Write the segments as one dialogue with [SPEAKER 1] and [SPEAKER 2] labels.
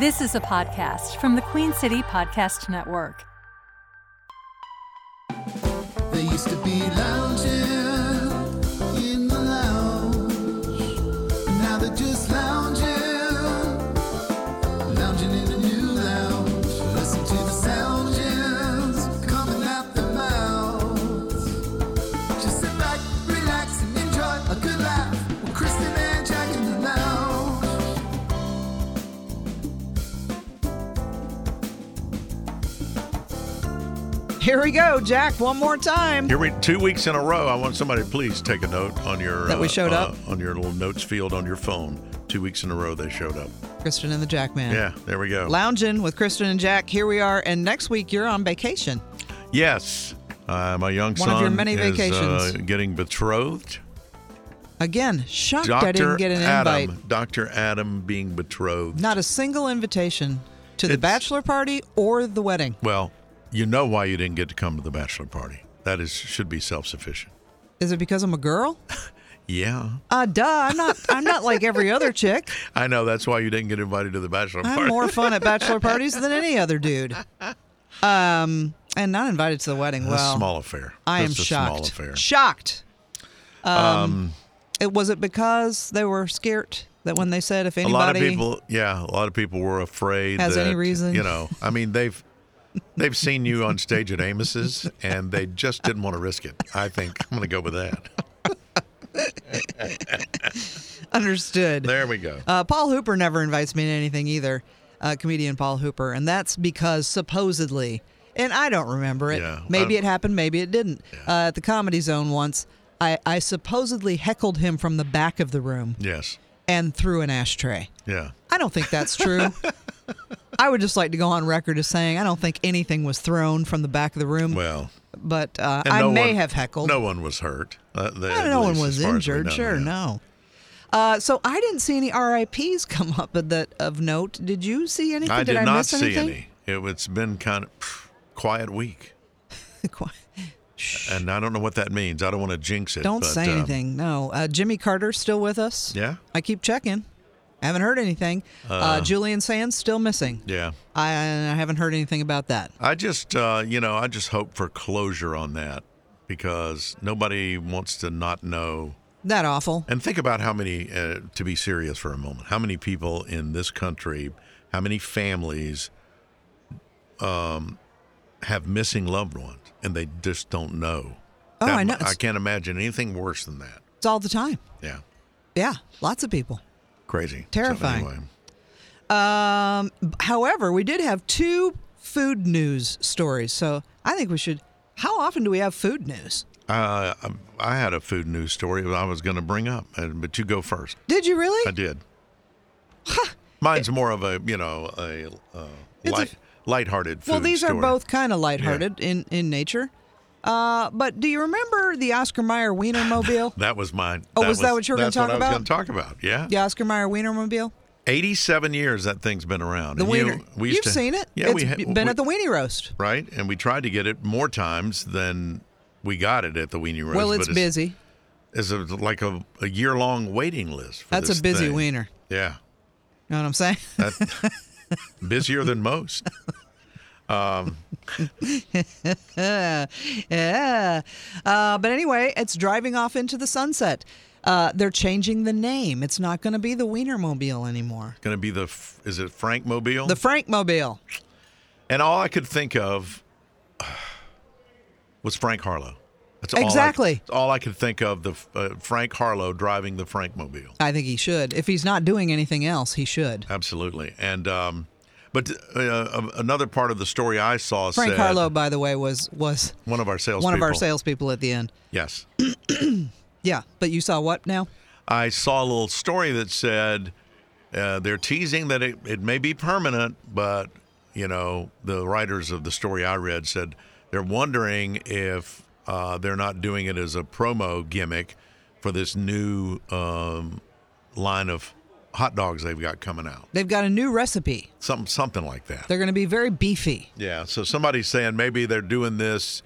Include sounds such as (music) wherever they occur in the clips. [SPEAKER 1] This is a podcast from the Queen City Podcast Network.
[SPEAKER 2] They used to be lounging in the lounge. Now they're just lounging, lounging in a new lounge. Listen to the sound jams coming out their mouths. Just sit back, relax, and enjoy a good laugh with Kristen and Jack in the lounge.
[SPEAKER 3] Here we go, Jack, one more time.
[SPEAKER 4] Here we two weeks in a row. I want somebody to please take a note on your uh,
[SPEAKER 3] That we showed up?
[SPEAKER 4] on your little notes field on your phone. Two weeks in a row they showed up.
[SPEAKER 3] Kristen and the Jack Man.
[SPEAKER 4] Yeah, there we go.
[SPEAKER 3] Lounging with Kristen and Jack. Here we are. And next week, you're on vacation.
[SPEAKER 4] yes, uh, my young
[SPEAKER 3] One
[SPEAKER 4] son
[SPEAKER 3] of your many
[SPEAKER 4] is
[SPEAKER 3] vacations.
[SPEAKER 4] Uh, getting betrothed.
[SPEAKER 3] Again, shocked I
[SPEAKER 4] Doctor
[SPEAKER 3] didn't get an
[SPEAKER 4] Adam,
[SPEAKER 3] invite.
[SPEAKER 4] Doctor Adam being betrothed.
[SPEAKER 3] Not a single invitation to the
[SPEAKER 4] It's-
[SPEAKER 3] bachelor party or the wedding.
[SPEAKER 4] Well, you know why you didn't get to come to the bachelor party. That is should be self sufficient.
[SPEAKER 3] Is it because I'm a girl?
[SPEAKER 4] Yeah,
[SPEAKER 3] Uh, duh. I'm not. I'm not like every other chick.
[SPEAKER 4] I know. That's why you didn't get invited to the bachelor
[SPEAKER 3] I have
[SPEAKER 4] party.
[SPEAKER 3] more fun at bachelor parties than any other dude. Um, and not invited to the wedding.
[SPEAKER 4] a
[SPEAKER 3] well,
[SPEAKER 4] small affair.
[SPEAKER 3] I am
[SPEAKER 4] Just a
[SPEAKER 3] shocked.
[SPEAKER 4] Small affair.
[SPEAKER 3] Shocked. Um, it was it because they were scared that when they said if
[SPEAKER 4] a
[SPEAKER 3] anybody
[SPEAKER 4] lot of people yeah a lot of people were afraid
[SPEAKER 3] Has
[SPEAKER 4] that,
[SPEAKER 3] any reason.
[SPEAKER 4] you know i mean they've they've seen you on stage at amos's and they just didn't want to risk it i think i'm gonna go with that
[SPEAKER 3] (laughs) understood.
[SPEAKER 4] there we go
[SPEAKER 3] Uh, Paul Hooper never invites me to anything either. Uh, comedian Paul Hooper, and that's because supposedly, and I don't remember it.
[SPEAKER 4] Yeah,
[SPEAKER 3] maybe
[SPEAKER 4] I-
[SPEAKER 3] it happened, maybe it didn't. Uh, at the Comedy Zone once, I, I supposedly heckled him from the back of the room
[SPEAKER 4] yes
[SPEAKER 3] and threw an ashtray.
[SPEAKER 4] yeah
[SPEAKER 3] I don't think that's
[SPEAKER 4] (laughs)
[SPEAKER 3] true. I would just like to go on record as saying I don't think anything was thrown from the back of the room,
[SPEAKER 4] well
[SPEAKER 3] but uh,
[SPEAKER 4] and
[SPEAKER 3] I
[SPEAKER 4] no
[SPEAKER 3] may
[SPEAKER 4] one-
[SPEAKER 3] have heckled.
[SPEAKER 4] no one was hurt uh, they,
[SPEAKER 3] No,
[SPEAKER 4] at
[SPEAKER 3] no one
[SPEAKER 4] least
[SPEAKER 3] was
[SPEAKER 4] as far as we
[SPEAKER 3] injured.
[SPEAKER 4] know,
[SPEAKER 3] sure,
[SPEAKER 4] yeah.
[SPEAKER 3] no. Uh, so I didn't see any RIPS (laughs) come up of that of note. Did you see anything?
[SPEAKER 4] i did
[SPEAKER 3] I
[SPEAKER 4] not
[SPEAKER 3] miss
[SPEAKER 4] see
[SPEAKER 3] anything?
[SPEAKER 4] any it, it's been kind of pff, quiet week
[SPEAKER 3] (laughs) Qu-
[SPEAKER 4] and i don't know what that means i don't want to jinx it
[SPEAKER 3] Don't
[SPEAKER 4] but,
[SPEAKER 3] say
[SPEAKER 4] um,
[SPEAKER 3] anything. No. Uh, Jimmy Carter still with us.
[SPEAKER 4] Yeah?
[SPEAKER 3] I keep checking. I haven't heard anything. Uh, Julian Sands still missing.
[SPEAKER 4] yeah
[SPEAKER 3] I, I haven't heard anything about that.
[SPEAKER 4] I just, uh, you know, I just hope for closure on that because nobody wants to not know.
[SPEAKER 3] That awful.
[SPEAKER 4] And think about how many, uh, to be serious for a moment, how many people in this country, how many families um, have missing loved ones and they just don't know.
[SPEAKER 3] Oh,
[SPEAKER 4] That-
[SPEAKER 3] I know.
[SPEAKER 4] I
[SPEAKER 3] It's,
[SPEAKER 4] can't imagine anything worse than that.
[SPEAKER 3] it's all the time.
[SPEAKER 4] Yeah.
[SPEAKER 3] Yeah, lots of people.
[SPEAKER 4] Crazy. So
[SPEAKER 3] Terrifying.
[SPEAKER 4] anyway,
[SPEAKER 3] Um, however, we did have two food news stories, so I think we should. How often do we have food news?
[SPEAKER 4] uh, I- I had a food news story that I was going to bring up, uh, but you go first.
[SPEAKER 3] Did you really?
[SPEAKER 4] I did. Mine's more of a you know a uh,
[SPEAKER 3] It's a-
[SPEAKER 4] light lighthearted food
[SPEAKER 3] well, these
[SPEAKER 4] story.
[SPEAKER 3] are both kind of lighthearted in in nature. Uh, but do you remember the Oscar Mayer
[SPEAKER 4] (sighs)
[SPEAKER 3] Wienermobile?
[SPEAKER 4] That was mine.
[SPEAKER 3] Oh, was that what you were gonna
[SPEAKER 4] that's
[SPEAKER 3] talk
[SPEAKER 4] what I
[SPEAKER 3] about?
[SPEAKER 4] was going to talk about. Yeah.
[SPEAKER 3] the Oscar Mayer Wienermobile.
[SPEAKER 4] eighty-seven years that thing's been around.
[SPEAKER 3] The
[SPEAKER 4] And
[SPEAKER 3] wiener.
[SPEAKER 4] You, we used
[SPEAKER 3] You've
[SPEAKER 4] to-
[SPEAKER 3] seen it.
[SPEAKER 4] Yeah,
[SPEAKER 3] It's
[SPEAKER 4] we ha-
[SPEAKER 3] been
[SPEAKER 4] we-
[SPEAKER 3] at the Weenie Roast.
[SPEAKER 4] right, and we tried to get it more times than we got it at the Weenie Roast.
[SPEAKER 3] well,
[SPEAKER 4] but
[SPEAKER 3] it's busy.
[SPEAKER 4] It's a, like a, a year-long waiting list. For
[SPEAKER 3] That's
[SPEAKER 4] this
[SPEAKER 3] a busy
[SPEAKER 4] thing.
[SPEAKER 3] wiener.
[SPEAKER 4] Yeah.
[SPEAKER 3] You know what I'm saying?
[SPEAKER 4] That,
[SPEAKER 3] (laughs)
[SPEAKER 4] busier than most.
[SPEAKER 3] yeah. Uh, but anyway, it's driving off into the sunset. Uh, they're changing the name. It's not going to be the Wienermobile anymore.
[SPEAKER 4] Going to be the f- is it Frank Mobile?
[SPEAKER 3] The Frankmobile.
[SPEAKER 4] And all I could think of (sighs) was Frank Harlow. That's all I,
[SPEAKER 3] Exactly.
[SPEAKER 4] that's all I could think of the uh, Frank Harlow driving the Frank Mobile.
[SPEAKER 3] I think he should. If he's not doing anything else, he should.
[SPEAKER 4] Absolutely. And um, but uh, another part of the story I saw
[SPEAKER 3] Frank
[SPEAKER 4] said
[SPEAKER 3] Harlow, by the way, was was
[SPEAKER 4] one of our salespeople.
[SPEAKER 3] one of our salespeople at the end.
[SPEAKER 4] Yes,
[SPEAKER 3] Yeah, but you saw what now?
[SPEAKER 4] I saw a little story that said uh, they're teasing that it, it may be permanent, but you know the writers of the story I read said they're wondering if uh, they're not doing it as a promo gimmick for this new um, line of hot dogs they've got coming out,
[SPEAKER 3] They've got a new recipe.
[SPEAKER 4] something something like that.
[SPEAKER 3] They're going to be very beefy.
[SPEAKER 4] Yeah, so somebody's saying maybe they're doing this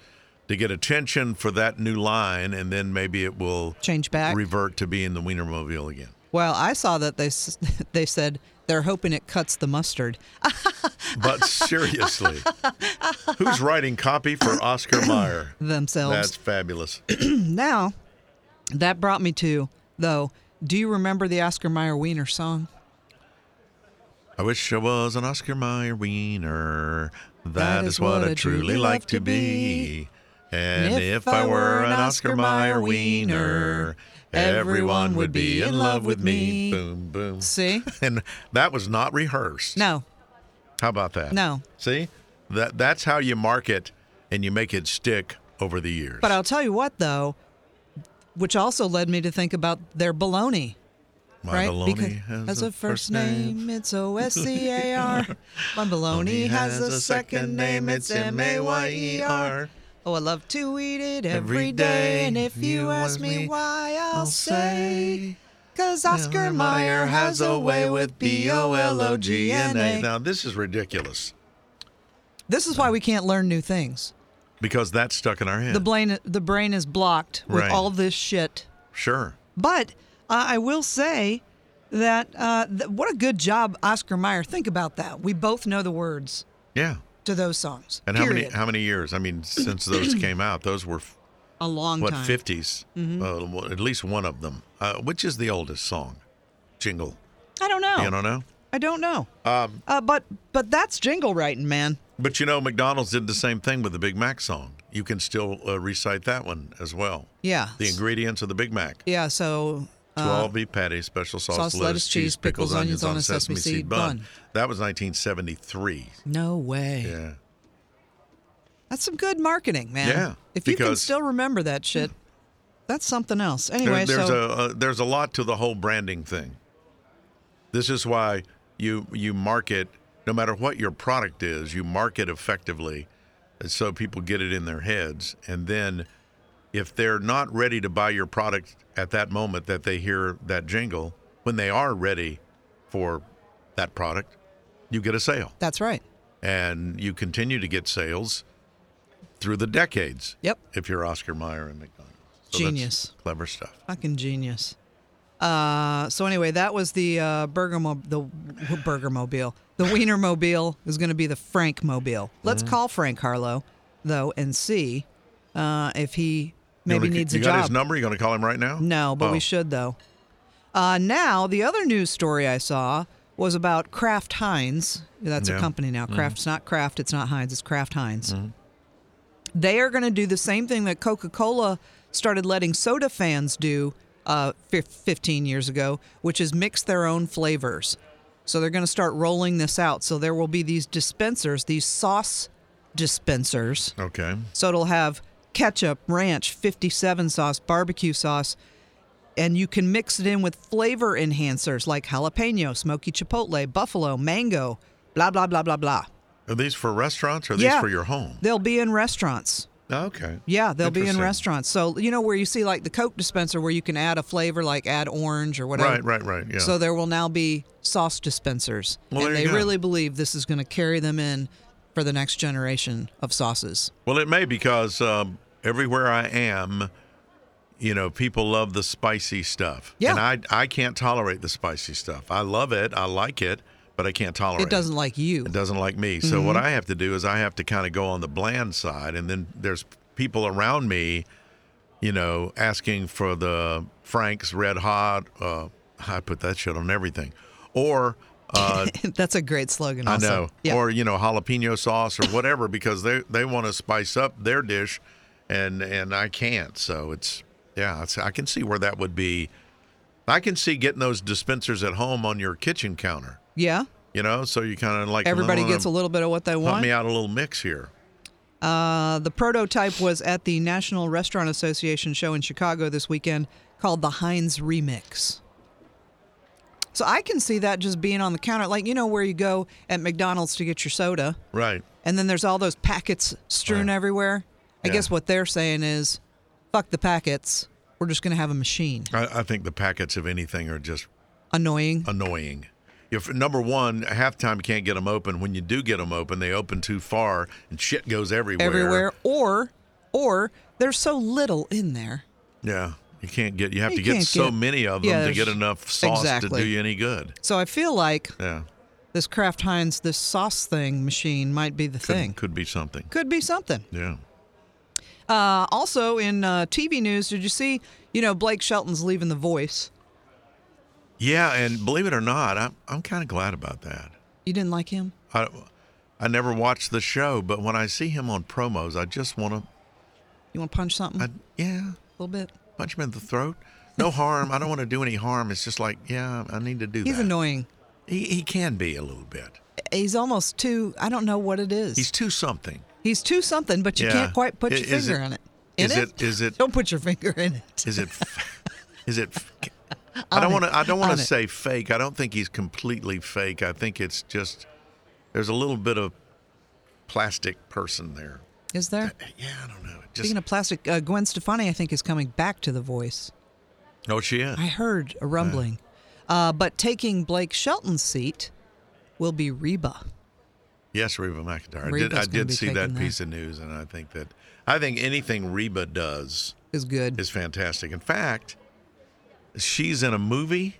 [SPEAKER 4] to get attention for that new line, and then maybe it will
[SPEAKER 3] Change back.
[SPEAKER 4] revert to being the Wienermobile again.
[SPEAKER 3] Well, I saw that (laughs) they s- they said They're hoping it cuts the mustard.
[SPEAKER 4] But seriously, who's writing copy for Oscar (coughs) Mayer?
[SPEAKER 3] Themselves.
[SPEAKER 4] That's fabulous.
[SPEAKER 3] Now, that brought me to, though, do you remember the Oscar Mayer Wiener song?
[SPEAKER 4] I wish I was an Oscar Mayer wiener. that is, what I truly
[SPEAKER 3] love
[SPEAKER 4] like to
[SPEAKER 3] to
[SPEAKER 4] be. And if, I were an Oscar Mayer wiener, everyone would be in love with me. Boom, boom.
[SPEAKER 3] See?
[SPEAKER 4] (laughs) And that was not rehearsed.
[SPEAKER 3] No.
[SPEAKER 4] How about that?
[SPEAKER 3] No.
[SPEAKER 4] See? That that's how you market and you make it stick over the years.
[SPEAKER 3] But I'll tell you what, though, which also led me to think about their baloney.
[SPEAKER 4] My
[SPEAKER 3] Right?
[SPEAKER 4] baloney
[SPEAKER 3] Because- has a first name, it's O S C A (laughs) R. My baloney has a second name, it's M A Y E R. Oh, I love to eat it every
[SPEAKER 4] Every
[SPEAKER 3] day, and
[SPEAKER 4] day.
[SPEAKER 3] if you ask me why, I'll say. Cause Oscar
[SPEAKER 4] Oscar
[SPEAKER 3] Mayer has a way with B O L O G N A.
[SPEAKER 4] Now this is ridiculous
[SPEAKER 3] This is why we can't learn new things.
[SPEAKER 4] because that's stuck in our head.
[SPEAKER 3] The brain, the brain is blocked with
[SPEAKER 4] Right.
[SPEAKER 3] all this shit.
[SPEAKER 4] sure.
[SPEAKER 3] But uh, I will say that uh, th- what a good job Oscar Mayer. Think about that. We both know the words
[SPEAKER 4] Yeah.
[SPEAKER 3] to those songs.
[SPEAKER 4] And how
[SPEAKER 3] period.
[SPEAKER 4] many how many years? I mean, since
[SPEAKER 3] (clears throat)
[SPEAKER 4] those came out, those were
[SPEAKER 3] A long
[SPEAKER 4] what
[SPEAKER 3] time. Mm-hmm.
[SPEAKER 4] 50s Uh, well, at least one of them. Uh, which is the oldest song? Jingle.
[SPEAKER 3] I don't know.
[SPEAKER 4] You don't know?
[SPEAKER 3] I don't know. Um, uh, but but that's jingle writing, man.
[SPEAKER 4] But you know, McDonald's did the same thing with the Big Mac song. You can still uh, recite that one as well.
[SPEAKER 3] Yeah.
[SPEAKER 4] The ingredients of the Big Mac.
[SPEAKER 3] yeah. So uh,
[SPEAKER 4] 12 beef patty, special sauce,
[SPEAKER 3] sauce,
[SPEAKER 4] lettuce, cheese, pickles, onions on a sesame, seed bun.
[SPEAKER 3] bun.
[SPEAKER 4] That was 1973.
[SPEAKER 3] no way.
[SPEAKER 4] Yeah.
[SPEAKER 3] That's some good marketing, man.
[SPEAKER 4] Yeah,
[SPEAKER 3] If you can
[SPEAKER 4] because-
[SPEAKER 3] still remember that shit, that's something else.
[SPEAKER 4] There-
[SPEAKER 3] Anyway,
[SPEAKER 4] there's
[SPEAKER 3] so
[SPEAKER 4] a, a there's a lot to the whole branding thing. This is why you you market no matter what your product is, you market effectively, and so people get it in their heads. And then, if they're not ready to buy your product at that moment that they hear that jingle, when they are ready for that product, you get a sale,
[SPEAKER 3] that's right.
[SPEAKER 4] and you continue to get sales through the decades.
[SPEAKER 3] Yep.
[SPEAKER 4] If you're Oscar Mayer and McDonald's, that's
[SPEAKER 3] Genius.
[SPEAKER 4] clever stuff.
[SPEAKER 3] Fucking genius. Uh, so anyway, that was the uh, Bergamo, the w- Burgermobile. The Wienermobile is going to be the Frankmobile. Let's call Frank Harlow, though, and see uh, if he
[SPEAKER 4] You
[SPEAKER 3] maybe
[SPEAKER 4] wanna-
[SPEAKER 3] needs
[SPEAKER 4] you
[SPEAKER 3] a
[SPEAKER 4] got
[SPEAKER 3] job.
[SPEAKER 4] his number? You going to call him right now?
[SPEAKER 3] No, but
[SPEAKER 4] Oh,
[SPEAKER 3] we should though. Uh, now the other news story I saw was about Kraft Heinz. That's a
[SPEAKER 4] Yeah. Mm-hmm.
[SPEAKER 3] company now. Kraft's not Kraft. It's not Heinz. It's Kraft Heinz. They are going to do the same thing that Coca Cola started letting soda fans do uh, fif- 15 years ago, which is mix their own flavors. So they're going to start rolling this out. So there will be these dispensers, these sauce dispensers.
[SPEAKER 4] Okay.
[SPEAKER 3] So it'll have ketchup, ranch, 57 sauce, barbecue sauce, and you can mix it in with flavor enhancers like jalapeno, smoky chipotle, buffalo, mango, blah, blah, blah, blah, blah.
[SPEAKER 4] Are these for restaurants or are these
[SPEAKER 3] Yeah.
[SPEAKER 4] for your home? Oh,
[SPEAKER 3] They'll be in restaurants.
[SPEAKER 4] Okay.
[SPEAKER 3] Yeah, they'll be in
[SPEAKER 4] Interesting.
[SPEAKER 3] restaurants. So, you know, where you see like the Coke dispenser where you can add a flavor, like add orange or whatever.
[SPEAKER 4] Right, right, right. Yeah.
[SPEAKER 3] So there will now be sauce dispensers.
[SPEAKER 4] Well,
[SPEAKER 3] and
[SPEAKER 4] there you
[SPEAKER 3] they
[SPEAKER 4] go.
[SPEAKER 3] really believe this is going to carry them in for the next generation of sauces.
[SPEAKER 4] well, it may because um, everywhere I am, you know, people love the spicy stuff.
[SPEAKER 3] Yeah.
[SPEAKER 4] And I, I can't tolerate the spicy stuff. I love it. I like it, but I can't tolerate it.
[SPEAKER 3] It doesn't like you.
[SPEAKER 4] It doesn't like me. So
[SPEAKER 3] Mm-hmm.
[SPEAKER 4] what I have to do is I have to kind of go on the bland side, and then there's people around me, you know, asking for the Frank's Red Hot. Uh, I put that shit on everything, or
[SPEAKER 3] (laughs)
[SPEAKER 4] uh,
[SPEAKER 3] That's a great slogan.
[SPEAKER 4] I
[SPEAKER 3] also.
[SPEAKER 4] know,
[SPEAKER 3] Yeah.
[SPEAKER 4] or you know, jalapeno sauce or whatever, because they they want to spice up their dish, and and I can't. So it's yeah, it's, I can see where that would be. I can see getting those dispensers at home on your kitchen counter.
[SPEAKER 3] yeah.
[SPEAKER 4] You know, so you kind of like
[SPEAKER 3] Everybody
[SPEAKER 4] "Well,
[SPEAKER 3] gets a
[SPEAKER 4] I'm-
[SPEAKER 3] little bit of what they
[SPEAKER 4] Help
[SPEAKER 3] want.
[SPEAKER 4] me out a little mix here.
[SPEAKER 3] Uh, the prototype was at the National Restaurant Association show in Chicago this weekend called the Heinz Remix. So I can see that just being on the counter, like you know where you go at McDonald's to get your soda,
[SPEAKER 4] Right.
[SPEAKER 3] and then there's all those packets strewn
[SPEAKER 4] Right.
[SPEAKER 3] everywhere. I
[SPEAKER 4] Yeah.
[SPEAKER 3] guess what they're saying is, fuck the packets. We're just gonna have a machine.
[SPEAKER 4] I, I think the packets of anything are just
[SPEAKER 3] Annoying.
[SPEAKER 4] annoying. If number one, half the time you can't get them open. When you do get them open, they open too far and shit goes everywhere.
[SPEAKER 3] everywhere or or there's so little in there
[SPEAKER 4] Yeah. You can't get. You have
[SPEAKER 3] You
[SPEAKER 4] to get
[SPEAKER 3] can't
[SPEAKER 4] so
[SPEAKER 3] get-
[SPEAKER 4] many of them
[SPEAKER 3] yeah,
[SPEAKER 4] to get
[SPEAKER 3] there's-
[SPEAKER 4] enough sauce to
[SPEAKER 3] exactly.
[SPEAKER 4] do you any good.
[SPEAKER 3] So I feel like
[SPEAKER 4] Yeah,
[SPEAKER 3] this Kraft Heinz, this sauce thing machine might be the
[SPEAKER 4] could,
[SPEAKER 3] thing.
[SPEAKER 4] could be something.
[SPEAKER 3] Could be something.
[SPEAKER 4] Yeah.
[SPEAKER 3] Uh, also in uh, TV news, did you see? You know, Blake Shelton's leaving The Voice.
[SPEAKER 4] Yeah, and believe it or not, I'm I'm kind of glad about that.
[SPEAKER 3] You didn't like him?
[SPEAKER 4] I I never watched the show, but when I see him on promos, I just want
[SPEAKER 3] You want to punch something
[SPEAKER 4] to.
[SPEAKER 3] a
[SPEAKER 4] I yeah,
[SPEAKER 3] little bit?
[SPEAKER 4] punch him in the throat. No harm. I don't want to do any harm. It's just like yeah, I need to do
[SPEAKER 3] He's
[SPEAKER 4] that.
[SPEAKER 3] annoying.
[SPEAKER 4] He he can be a little bit.
[SPEAKER 3] He's almost too. I don't know what it is.
[SPEAKER 4] He's too something.
[SPEAKER 3] He's too something, but you
[SPEAKER 4] Yeah.
[SPEAKER 3] can't quite put
[SPEAKER 4] I-
[SPEAKER 3] your
[SPEAKER 4] is
[SPEAKER 3] finger
[SPEAKER 4] it-
[SPEAKER 3] on it. In
[SPEAKER 4] is
[SPEAKER 3] it?
[SPEAKER 4] it- is
[SPEAKER 3] (laughs)
[SPEAKER 4] it-
[SPEAKER 3] Don't put your finger in it.
[SPEAKER 4] Is it? f- is it? f- I don't
[SPEAKER 3] it.
[SPEAKER 4] want to. I don't want
[SPEAKER 3] On
[SPEAKER 4] to
[SPEAKER 3] it.
[SPEAKER 4] say fake. I don't think he's completely fake. I think it's just there's a little bit of plastic person there. Uh,
[SPEAKER 3] Is there?
[SPEAKER 4] Yeah, I don't know. It Just
[SPEAKER 3] Speaking of plastic, uh, Gwen Stefani, I think, is coming back to The Voice.
[SPEAKER 4] oh, she is.
[SPEAKER 3] I heard a rumbling. Uh, but taking Blake Shelton's seat will be Reba.
[SPEAKER 4] Yes, Reba McIntyre. I
[SPEAKER 3] Reba's
[SPEAKER 4] did, I
[SPEAKER 3] gonna
[SPEAKER 4] did
[SPEAKER 3] be
[SPEAKER 4] see that
[SPEAKER 3] taking that.
[SPEAKER 4] piece of news, and I think that I think anything Reba does
[SPEAKER 3] Is good.
[SPEAKER 4] is fantastic. In fact, she's in a movie.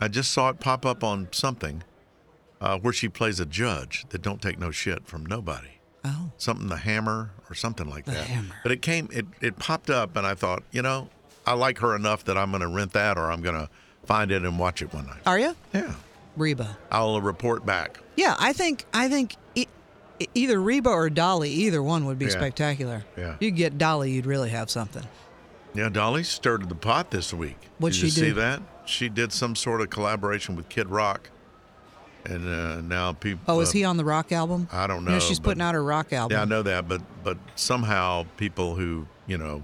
[SPEAKER 4] I just saw it pop up on something uh, where she plays a judge that don't take no shit from nobody.
[SPEAKER 3] oh,
[SPEAKER 4] Something the hammer or something like that.
[SPEAKER 3] Hammer.
[SPEAKER 4] But it came, it it popped up, and I thought, you know, I like her enough that I'm going to rent that or I'm going to find it and watch it one night.
[SPEAKER 3] are you
[SPEAKER 4] Yeah,
[SPEAKER 3] Reba?
[SPEAKER 4] I'll report back.
[SPEAKER 3] Yeah, I think I think e- e- either Reba or Dolly, either one would be
[SPEAKER 4] Yeah.
[SPEAKER 3] spectacular.
[SPEAKER 4] Yeah.
[SPEAKER 3] you get Dolly, you'd really have something.
[SPEAKER 4] Yeah, Dolly stirred the pot this week.
[SPEAKER 3] What'd
[SPEAKER 4] did you
[SPEAKER 3] she
[SPEAKER 4] see
[SPEAKER 3] do?
[SPEAKER 4] that? She did some sort of collaboration with Kid Rock, and uh, now people.
[SPEAKER 3] Oh, is he on the rock album?
[SPEAKER 4] I don't
[SPEAKER 3] You
[SPEAKER 4] know,
[SPEAKER 3] she's
[SPEAKER 4] but-
[SPEAKER 3] putting out her rock album.
[SPEAKER 4] Yeah, I know that, but but somehow people who you know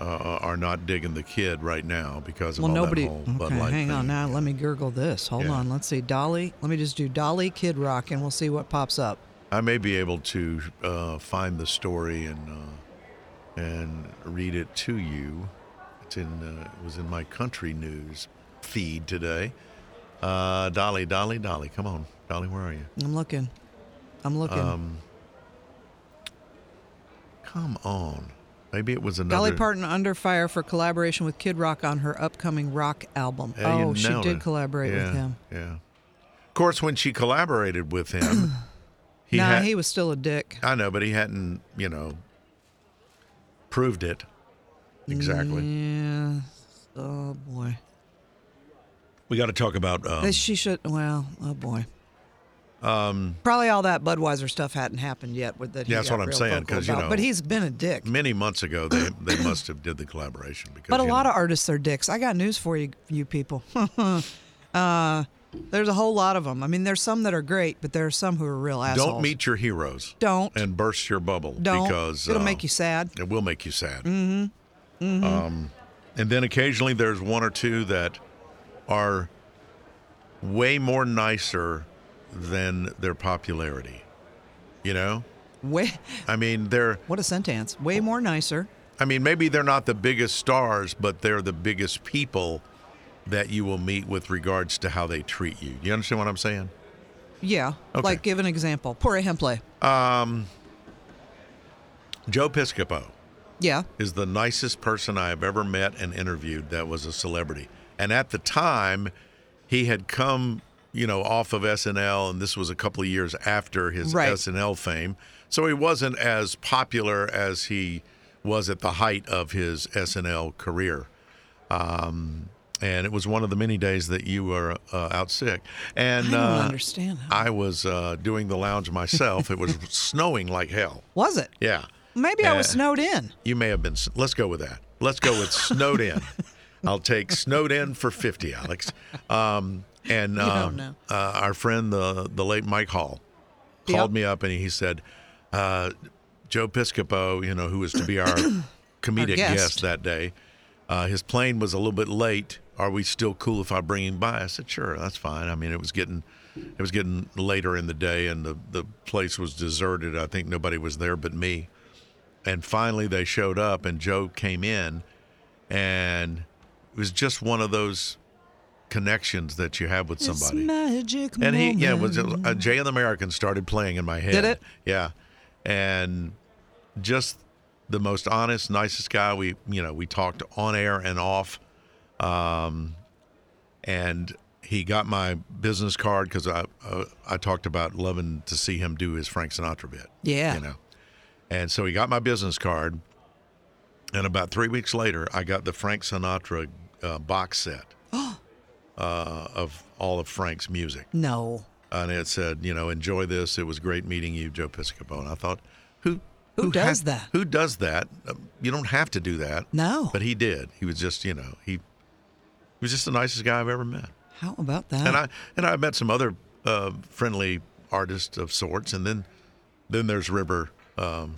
[SPEAKER 4] uh, are not digging the kid right now because of
[SPEAKER 3] Well,
[SPEAKER 4] all
[SPEAKER 3] nobody.
[SPEAKER 4] that whole Bud
[SPEAKER 3] Okay,
[SPEAKER 4] Light
[SPEAKER 3] hang on
[SPEAKER 4] thing.
[SPEAKER 3] now. Let me gurgle this. Hold
[SPEAKER 4] Yeah.
[SPEAKER 3] on. Let's see. Dolly. Let me just do Dolly Kid Rock, and we'll see what pops up.
[SPEAKER 4] I may be able to uh, find the story and uh, and read it to you. It's in uh, it was in my country news feed today. Uh, Dolly, Dolly, Dolly, come on, Dolly, where are you?
[SPEAKER 3] I'm looking. I'm looking.
[SPEAKER 4] Um, Come on, maybe it was another.
[SPEAKER 3] Dolly Parton under fire for collaboration with Kid Rock on her upcoming rock album.
[SPEAKER 4] Yeah, you
[SPEAKER 3] oh, she
[SPEAKER 4] nailed
[SPEAKER 3] did
[SPEAKER 4] it.
[SPEAKER 3] collaborate
[SPEAKER 4] yeah,
[SPEAKER 3] with him.
[SPEAKER 4] Yeah. Of course, when she collaborated with him,
[SPEAKER 3] (clears throat)
[SPEAKER 4] he
[SPEAKER 3] nah,
[SPEAKER 4] had,
[SPEAKER 3] he was still a dick.
[SPEAKER 4] I know, but he hadn't, you know, proved it exactly.
[SPEAKER 3] Mm. Yeah. Oh boy.
[SPEAKER 4] We got to talk about. Um,
[SPEAKER 3] They- she should. Well, oh boy. Um. Probably all that Budweiser stuff hadn't happened yet. With that. he
[SPEAKER 4] Yeah, that's
[SPEAKER 3] got
[SPEAKER 4] what I'm
[SPEAKER 3] real
[SPEAKER 4] saying,
[SPEAKER 3] vocal
[SPEAKER 4] 'cause, you
[SPEAKER 3] about.
[SPEAKER 4] know-
[SPEAKER 3] But he's been a dick.
[SPEAKER 4] many months
[SPEAKER 3] (clears throat)
[SPEAKER 4] ago, they they must have did the collaboration because.
[SPEAKER 3] But a
[SPEAKER 4] you
[SPEAKER 3] lot
[SPEAKER 4] know,
[SPEAKER 3] of artists are dicks. I got news for you, you people. (laughs) uh, there's a whole lot of them. I mean, there's some that are great, but there are some who are real assholes.
[SPEAKER 4] don't meet your heroes.
[SPEAKER 3] Don't.
[SPEAKER 4] and burst your bubble
[SPEAKER 3] Don't.
[SPEAKER 4] because
[SPEAKER 3] It'll
[SPEAKER 4] uh,
[SPEAKER 3] make you sad.
[SPEAKER 4] It will make you sad. Mm-hmm. Um, and then occasionally there's one or two that are way more nicer than their popularity. You know,
[SPEAKER 3] Way,
[SPEAKER 4] I mean, they're.
[SPEAKER 3] what a sentence. Way more nicer.
[SPEAKER 4] I mean, maybe they're not the biggest stars, but they're the biggest people that you will meet with regards to how they treat you. You understand what I'm saying?
[SPEAKER 3] Yeah.
[SPEAKER 4] Okay.
[SPEAKER 3] Like, give an example. Por ejemplo.
[SPEAKER 4] Joe Piscopo.
[SPEAKER 3] Yeah.
[SPEAKER 4] is the nicest person I have ever met and interviewed that was a celebrity. And at the time, he had come, you know, off of SNL, and this was a couple of years after his
[SPEAKER 3] Right.
[SPEAKER 4] SNL fame. So he wasn't as popular as he was at the height of his SNL career. Um, and it was one of the many days that you were uh, out sick. And
[SPEAKER 3] I don't
[SPEAKER 4] uh,
[SPEAKER 3] understand. How,
[SPEAKER 4] I was uh, doing the lounge myself. It was (laughs) snowing like hell.
[SPEAKER 3] was it?
[SPEAKER 4] Yeah.
[SPEAKER 3] Maybe I was
[SPEAKER 4] Uh,
[SPEAKER 3] snowed in.
[SPEAKER 4] You may have been. Let's go with that. Let's go with
[SPEAKER 3] (laughs)
[SPEAKER 4] snowed in. I'll take snowed in for fifty, Alex. Um, and
[SPEAKER 3] don't
[SPEAKER 4] um,
[SPEAKER 3] know.
[SPEAKER 4] uh, our friend the the late Mike Hall
[SPEAKER 3] Yep.
[SPEAKER 4] called me up and he said, uh, Joe Piscopo, you know, who was to
[SPEAKER 3] (clears throat)
[SPEAKER 4] be our comedic
[SPEAKER 3] Our guest.
[SPEAKER 4] that day, uh, his plane was a little bit late. Are we still cool if I bring him by? I said, sure, that's fine. I mean, it was getting it was getting later in the day and the the place was deserted. I think nobody was there but me. And finally, they showed up, and Joe came in, and it was just one of those connections that you have with somebody.
[SPEAKER 3] It's magic
[SPEAKER 4] And he, yeah, it uh, was
[SPEAKER 3] moment.
[SPEAKER 4] a Jay and the American started playing in my head.
[SPEAKER 3] it?
[SPEAKER 4] Yeah, and just the most honest, nicest guy. We, you know, we talked on air and off. Um, and he got my business card because I uh, I talked about loving to see him do his Frank Sinatra bit.
[SPEAKER 3] Yeah.
[SPEAKER 4] you know, and so he got my business card, and about three weeks later, I got the Frank Sinatra uh, box set uh, of all of Frank's music,
[SPEAKER 3] No.
[SPEAKER 4] and it said, you know, enjoy this. It was great meeting you, Joe Piscopo. And I thought, who
[SPEAKER 3] Who does
[SPEAKER 4] ha-
[SPEAKER 3] that?
[SPEAKER 4] Who does that? Um, You don't have to do that.
[SPEAKER 3] No.
[SPEAKER 4] but he did. He was just, you know, he, he was just the nicest guy I've ever met
[SPEAKER 3] How about that?
[SPEAKER 4] and I and I met some other uh, friendly artists of sorts, and then then there's River um,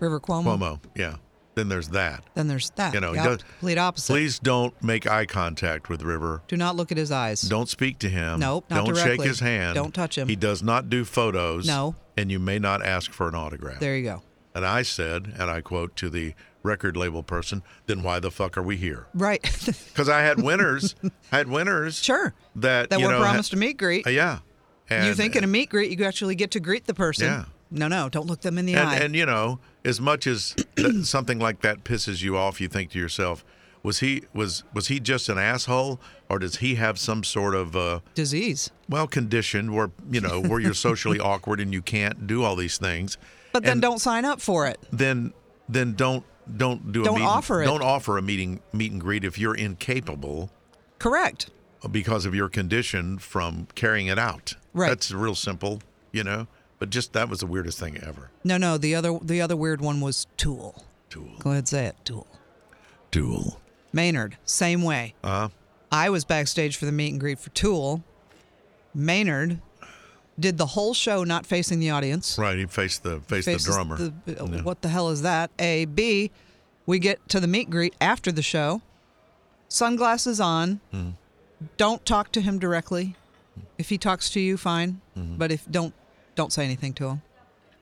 [SPEAKER 3] River Cuomo.
[SPEAKER 4] Cuomo, yeah. Then there's that.
[SPEAKER 3] Then there's that.
[SPEAKER 4] You know, he
[SPEAKER 3] Yep,
[SPEAKER 4] does-
[SPEAKER 3] complete opposite.
[SPEAKER 4] Please don't make eye contact with River.
[SPEAKER 3] do not look at his eyes.
[SPEAKER 4] Don't speak to him.
[SPEAKER 3] Nope, not
[SPEAKER 4] don't shake
[SPEAKER 3] directly.
[SPEAKER 4] his hand.
[SPEAKER 3] Don't touch him.
[SPEAKER 4] He does not do photos.
[SPEAKER 3] No.
[SPEAKER 4] And you may not ask for an autograph.
[SPEAKER 3] There you go.
[SPEAKER 4] and I said, and I quote to the record label person, then why the fuck are we here?
[SPEAKER 3] Right. (laughs)
[SPEAKER 4] Because I had winners. I had winners.
[SPEAKER 3] sure.
[SPEAKER 4] That,
[SPEAKER 3] That
[SPEAKER 4] you
[SPEAKER 3] we're
[SPEAKER 4] know,
[SPEAKER 3] promised a meet greet.
[SPEAKER 4] Uh, yeah.
[SPEAKER 3] you
[SPEAKER 4] And-
[SPEAKER 3] think in a meet greet you actually get to greet the person.
[SPEAKER 4] Yeah.
[SPEAKER 3] No, no, don't look them in the eye.
[SPEAKER 4] And, and you know, as much as (clears throat) that, something like that pisses you off, you think to yourself, was he was was he just an asshole, or does he have some sort of uh,
[SPEAKER 3] Disease.
[SPEAKER 4] well condition where you know where
[SPEAKER 3] (laughs)
[SPEAKER 4] you're socially awkward and you can't do all these things?
[SPEAKER 3] But then
[SPEAKER 4] And
[SPEAKER 3] don't sign up for it.
[SPEAKER 4] then then don't don't do
[SPEAKER 3] Don't
[SPEAKER 4] a meet,
[SPEAKER 3] offer it.
[SPEAKER 4] don't offer a meeting meet and greet if you're incapable
[SPEAKER 3] Correct.
[SPEAKER 4] because of your condition from carrying it out.
[SPEAKER 3] Right.
[SPEAKER 4] That's real simple, you know. But just that was the weirdest thing ever.
[SPEAKER 3] No, no, the other the other weird one was Tool.
[SPEAKER 4] Tool.
[SPEAKER 3] Go ahead say it. Tool.
[SPEAKER 4] Duel.
[SPEAKER 3] Maynard, same way.
[SPEAKER 4] Uh,
[SPEAKER 3] I was backstage for the meet and greet for Tool. Maynard did the whole show not facing the audience.
[SPEAKER 4] Right, he faced the faced
[SPEAKER 3] Faces
[SPEAKER 4] the drummer.
[SPEAKER 3] the- uh,
[SPEAKER 4] Yeah.
[SPEAKER 3] What the hell is that? A B. We get to the meet and greet after the show. Sunglasses on. Don't talk to him directly. If he talks to you, fine. But if don't don't say anything to him.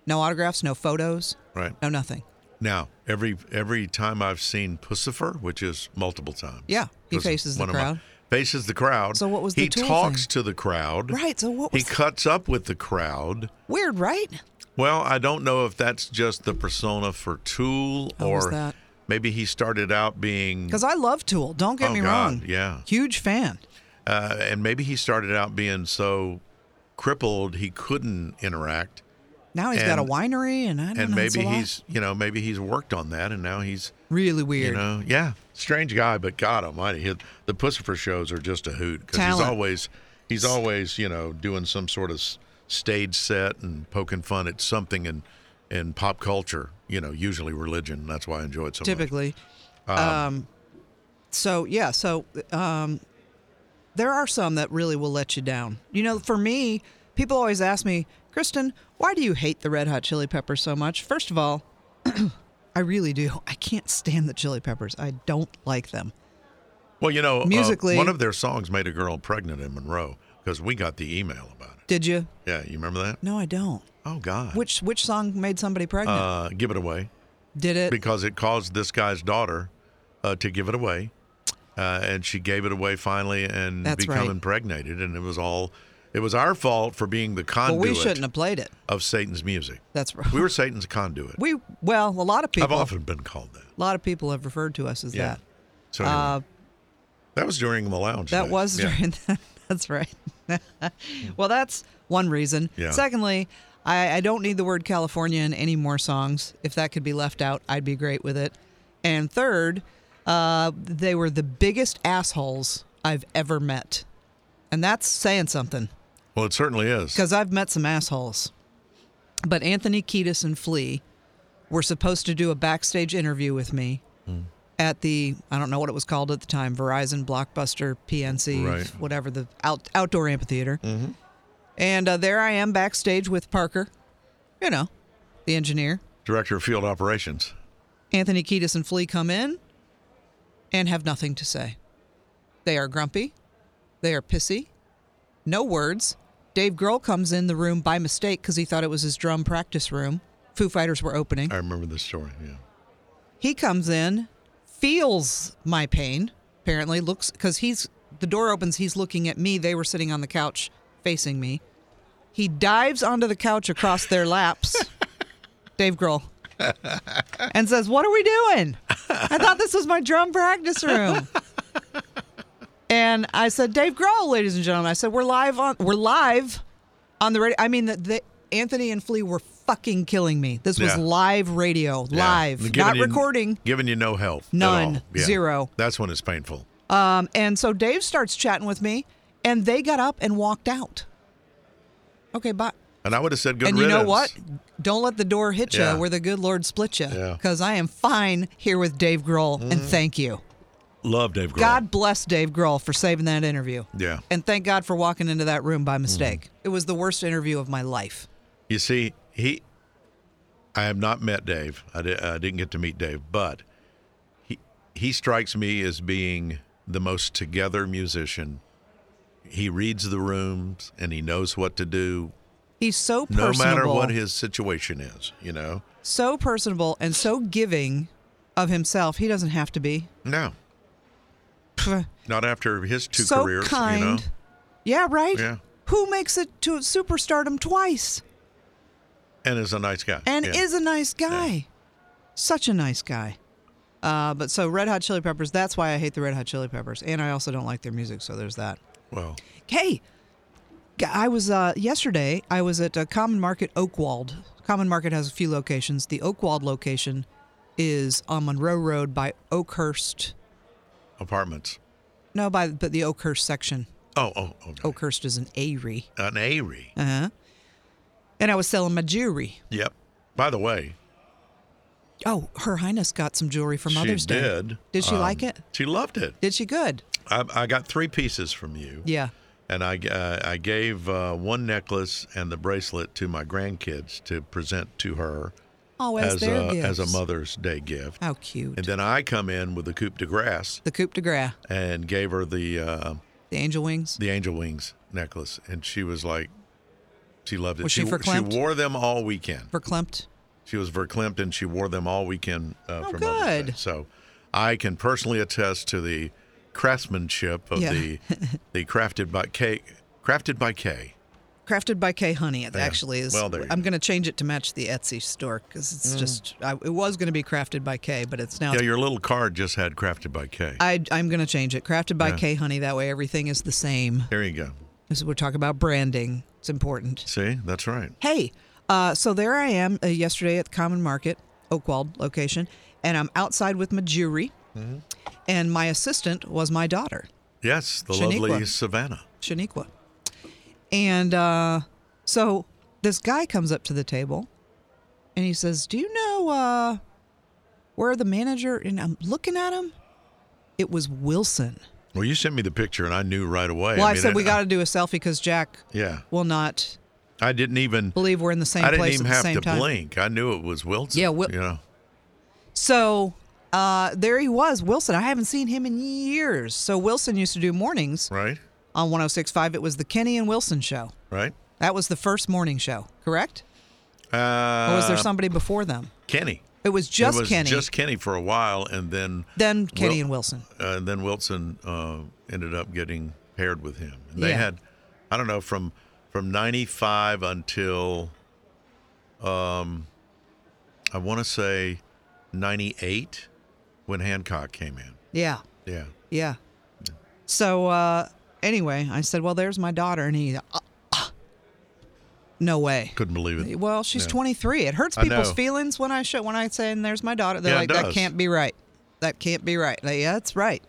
[SPEAKER 3] No autographs, no photos,
[SPEAKER 4] Right
[SPEAKER 3] no nothing.
[SPEAKER 4] now, every every time I've seen Pussifer, which is multiple times.
[SPEAKER 3] Yeah, he
[SPEAKER 4] this is
[SPEAKER 3] faces the
[SPEAKER 4] one of my-
[SPEAKER 3] crowd.
[SPEAKER 4] faces the crowd.
[SPEAKER 3] So what was the
[SPEAKER 4] he
[SPEAKER 3] Tool
[SPEAKER 4] talks
[SPEAKER 3] thing?
[SPEAKER 4] to the crowd?
[SPEAKER 3] Right. So what
[SPEAKER 4] He
[SPEAKER 3] was
[SPEAKER 4] cuts up with the crowd.
[SPEAKER 3] weird, right?
[SPEAKER 4] Well, I don't know if that's just the persona for Tool
[SPEAKER 3] How was
[SPEAKER 4] or
[SPEAKER 3] that?
[SPEAKER 4] maybe he started out being
[SPEAKER 3] Because I love Tool. Don't get
[SPEAKER 4] Oh,
[SPEAKER 3] me
[SPEAKER 4] God,
[SPEAKER 3] wrong.
[SPEAKER 4] yeah.
[SPEAKER 3] Huge fan.
[SPEAKER 4] uh, and maybe he started out being so crippled he couldn't interact.
[SPEAKER 3] Now he's got a
[SPEAKER 4] And-
[SPEAKER 3] winery, and I don't
[SPEAKER 4] And
[SPEAKER 3] know. it's
[SPEAKER 4] maybe
[SPEAKER 3] a lot.
[SPEAKER 4] he's you know, maybe he's worked on that and now he's
[SPEAKER 3] really weird.
[SPEAKER 4] You know, yeah, strange guy, but God Almighty, his- the Pussifer shows are just a hoot because he's
[SPEAKER 3] Talent.
[SPEAKER 4] always he's always you know doing some sort of s- stage set and poking fun at something in in pop culture. You know, usually religion. That's why I enjoy it so much.
[SPEAKER 3] typically. Um, so yeah, so um, there are some that really will let you down. You know, for me, people always ask me, Kristen, why do you hate the Red Hot Chili Peppers so much? First of all, (clears throat) I really do. I can't stand the Chili Peppers. I don't like them.
[SPEAKER 4] Well, you know, uh,
[SPEAKER 3] Musically-
[SPEAKER 4] one of their songs made a girl pregnant in Monroe because we got the email about it.
[SPEAKER 3] Did you?
[SPEAKER 4] Yeah, you remember that?
[SPEAKER 3] No, I don't.
[SPEAKER 4] Oh God.
[SPEAKER 3] Which which song made somebody pregnant?
[SPEAKER 4] uh, give it away.
[SPEAKER 3] Did it?
[SPEAKER 4] because it caused this guy's daughter uh, to give it away, uh, and she gave it away finally and
[SPEAKER 3] That's
[SPEAKER 4] become
[SPEAKER 3] right.
[SPEAKER 4] impregnated, and it was all it was our fault for being the
[SPEAKER 3] Well,
[SPEAKER 4] conduit
[SPEAKER 3] we shouldn't have played it.
[SPEAKER 4] of Satan's music.
[SPEAKER 3] That's right.
[SPEAKER 4] We were Satan's
[SPEAKER 3] (laughs)
[SPEAKER 4] conduit.
[SPEAKER 3] we well, a lot of
[SPEAKER 4] I've
[SPEAKER 3] people,
[SPEAKER 4] often been called that.
[SPEAKER 3] a lot of people have referred to us as
[SPEAKER 4] Yeah.
[SPEAKER 3] that. Uh,
[SPEAKER 4] So anyway, that was during the lounge.
[SPEAKER 3] That
[SPEAKER 4] days.
[SPEAKER 3] was
[SPEAKER 4] Yeah.
[SPEAKER 3] during (laughs) that. That's right. (laughs) well, that's one reason.
[SPEAKER 4] Yeah.
[SPEAKER 3] Secondly, I, I don't need the word California in any more songs. If that could be left out, I'd be great with it. And third, uh, they were the biggest assholes I've ever met. And that's saying something
[SPEAKER 4] Well, it certainly is.
[SPEAKER 3] because I've met some assholes. But Anthony Kiedis and Flea were supposed to do a backstage interview with me at the I don't know what it was called at the time Verizon Blockbuster PNC
[SPEAKER 4] Right.
[SPEAKER 3] whatever the out, outdoor amphitheater. And uh, there I am backstage with Parker, you know, the engineer.
[SPEAKER 4] Director of Field Operations.
[SPEAKER 3] Anthony Kiedis and Flea come in and have nothing to say. They are grumpy. They are pissy. No words. Dave Grohl comes in the room by mistake because he thought it was his drum practice room. Foo Fighters were opening.
[SPEAKER 4] I remember this story. Yeah.
[SPEAKER 3] He comes in, feels my pain, apparently, looks because he's the door opens, he's looking at me. They were sitting on the couch facing me. He dives onto the couch across their laps. Dave Grohl. and says, What are we doing? I thought this was my drum practice room. And I said, Dave Grohl, ladies and gentlemen. I said, We're live on we're live on the radio. I mean the, the Anthony and Flea were fucking killing me. This was
[SPEAKER 4] Yeah.
[SPEAKER 3] live radio,
[SPEAKER 4] Yeah.
[SPEAKER 3] live,
[SPEAKER 4] Giving
[SPEAKER 3] not
[SPEAKER 4] you-
[SPEAKER 3] recording.
[SPEAKER 4] Giving you no help. at
[SPEAKER 3] None.
[SPEAKER 4] all.
[SPEAKER 3] Zero.
[SPEAKER 4] That's when it's painful.
[SPEAKER 3] Um, and so Dave starts chatting with me, and they got up and walked out. Okay, bye.
[SPEAKER 4] And I would have said good
[SPEAKER 3] and you
[SPEAKER 4] riddance.
[SPEAKER 3] know what? Don't let the door hit you
[SPEAKER 4] Yeah.
[SPEAKER 3] where the good Lord split you.
[SPEAKER 4] Yeah.
[SPEAKER 3] Because I am fine here with Dave Grohl, and thank you.
[SPEAKER 4] Love Dave Grohl.
[SPEAKER 3] God bless Dave Grohl for saving that interview.
[SPEAKER 4] Yeah.
[SPEAKER 3] And thank God for walking into that room
[SPEAKER 4] Mm.
[SPEAKER 3] by mistake. It was the worst interview of my life.
[SPEAKER 4] You see, he. I have not met Dave. I, di- I didn't get to meet Dave, but he he strikes me as being the most together musician. He reads the rooms and he knows what to do,
[SPEAKER 3] He's so
[SPEAKER 4] no
[SPEAKER 3] personable.
[SPEAKER 4] matter what his situation is. You know,
[SPEAKER 3] so personable and so giving of himself. He doesn't have to be.
[SPEAKER 4] no, not after his two
[SPEAKER 3] so
[SPEAKER 4] careers.
[SPEAKER 3] kind.
[SPEAKER 4] You know,
[SPEAKER 3] Yeah, right?
[SPEAKER 4] Yeah.
[SPEAKER 3] Who makes it to superstardom twice
[SPEAKER 4] and is a nice guy.
[SPEAKER 3] and
[SPEAKER 4] Yeah.
[SPEAKER 3] is a nice guy? Such a nice guy. Uh, but so Red Hot Chili Peppers, that's why I hate the Red Hot Chili Peppers. And I also don't like their music, so there's that.
[SPEAKER 4] well.
[SPEAKER 3] Hey, g- I was uh, yesterday. I was at uh, Common Market Oakwald. Common Market has a few locations. The Oakwald location is on Monroe Road by Oakhurst.
[SPEAKER 4] Apartments.
[SPEAKER 3] No, by but the Oakhurst section.
[SPEAKER 4] Oh, oh, okay.
[SPEAKER 3] Oakhurst is an E. Airy.
[SPEAKER 4] An Airy.
[SPEAKER 3] Uh huh. And I was selling my jewelry.
[SPEAKER 4] Yep. By the way,
[SPEAKER 3] Oh, Her Highness got some jewelry for Mother's
[SPEAKER 4] she
[SPEAKER 3] Day.
[SPEAKER 4] did.
[SPEAKER 3] Did she
[SPEAKER 4] Um,
[SPEAKER 3] like it?
[SPEAKER 4] She loved it.
[SPEAKER 3] Did she good?
[SPEAKER 4] I, I got three pieces from you.
[SPEAKER 3] Yeah.
[SPEAKER 4] And I, uh, I gave uh, one necklace and the bracelet to my grandkids to present to her
[SPEAKER 3] Always
[SPEAKER 4] as,
[SPEAKER 3] Oh, their
[SPEAKER 4] a,
[SPEAKER 3] gifts.
[SPEAKER 4] as a Mother's Day gift.
[SPEAKER 3] How cute.
[SPEAKER 4] And then I come in with the coupe de grace
[SPEAKER 3] the coupe de grace,
[SPEAKER 4] and gave her the uh,
[SPEAKER 3] the angel wings.
[SPEAKER 4] the angel wings necklace, and she was like, she loved it.
[SPEAKER 3] Was she
[SPEAKER 4] she
[SPEAKER 3] verklempt?
[SPEAKER 4] wore them all weekend.
[SPEAKER 3] Verklempt.
[SPEAKER 4] She was verklempt and she wore them all weekend uh,
[SPEAKER 3] Oh,
[SPEAKER 4] for Mother's Day.
[SPEAKER 3] good.
[SPEAKER 4] So I can personally attest to the craftsmanship of
[SPEAKER 3] Yeah. (laughs)
[SPEAKER 4] the the crafted by K crafted by K.
[SPEAKER 3] Crafted by K Honey. It
[SPEAKER 4] Yeah.
[SPEAKER 3] actually is.
[SPEAKER 4] Well, there you
[SPEAKER 3] I'm
[SPEAKER 4] go. Mm.
[SPEAKER 3] going to change it to match the Etsy store because it's just. I, it was going to be crafted by K, but it's now.
[SPEAKER 4] Yeah, your little card just had crafted by K.
[SPEAKER 3] I, I'm going to change it. Crafted by
[SPEAKER 4] Yeah.
[SPEAKER 3] K Honey. That way, everything is the same.
[SPEAKER 4] there you go.
[SPEAKER 3] This is, we're talking about branding. It's important.
[SPEAKER 4] See, that's right.
[SPEAKER 3] Hey, uh, so there I am uh, yesterday at the Common Market, Oakwald location, and I'm outside with my jewelry,
[SPEAKER 4] Mm-hmm.
[SPEAKER 3] and my assistant was my daughter.
[SPEAKER 4] Yes, the
[SPEAKER 3] Shaniqua.
[SPEAKER 4] lovely Savannah.
[SPEAKER 3] Shaniqua. And uh, so this guy comes up to the table and he says, Do you know uh, where the manager? And I'm looking at him. It was Wilson.
[SPEAKER 4] Well, you sent me the picture and I knew right away.
[SPEAKER 3] Well, I,
[SPEAKER 4] mean,
[SPEAKER 3] said, We got to do a selfie because Jack
[SPEAKER 4] Yeah,
[SPEAKER 3] will not
[SPEAKER 4] I didn't even.
[SPEAKER 3] believe we're in the same
[SPEAKER 4] I didn't
[SPEAKER 3] place
[SPEAKER 4] even
[SPEAKER 3] at the
[SPEAKER 4] have
[SPEAKER 3] same
[SPEAKER 4] to
[SPEAKER 3] time.
[SPEAKER 4] blink. I knew it was Wilson.
[SPEAKER 3] Yeah, Wil-
[SPEAKER 4] you know.
[SPEAKER 3] So uh, there he was, Wilson. I haven't seen him in years. So Wilson used to do mornings
[SPEAKER 4] Right,
[SPEAKER 3] on 1065. It was the Kenny and Wilson show.
[SPEAKER 4] right.
[SPEAKER 3] That was the first morning show, correct?
[SPEAKER 4] Uh,
[SPEAKER 3] Or was there somebody before them?
[SPEAKER 4] Kenny?
[SPEAKER 3] It was just
[SPEAKER 4] it was
[SPEAKER 3] Kenny.
[SPEAKER 4] Just Kenny for a while, and then
[SPEAKER 3] then Kenny
[SPEAKER 4] Wil-
[SPEAKER 3] and Wilson.
[SPEAKER 4] uh, and then Wilson uh, ended up getting paired with him. And they
[SPEAKER 3] Yeah.
[SPEAKER 4] had, I don't know, from from '95 until, um, I want to say '98 when Hancock came in.
[SPEAKER 3] Yeah,
[SPEAKER 4] Yeah,
[SPEAKER 3] yeah. So uh, anyway, I said, "Well, there's my daughter," and he, uh, ah. "No way."
[SPEAKER 4] couldn't believe it.
[SPEAKER 3] Well, she's
[SPEAKER 4] Yeah.
[SPEAKER 3] 23. It hurts
[SPEAKER 4] I
[SPEAKER 3] people's
[SPEAKER 4] know.
[SPEAKER 3] feelings when I show when I say, "And there's my daughter." They're
[SPEAKER 4] Yeah, it
[SPEAKER 3] like, "That
[SPEAKER 4] does.
[SPEAKER 3] can't be right. That can't be right." Like, yeah, that's right.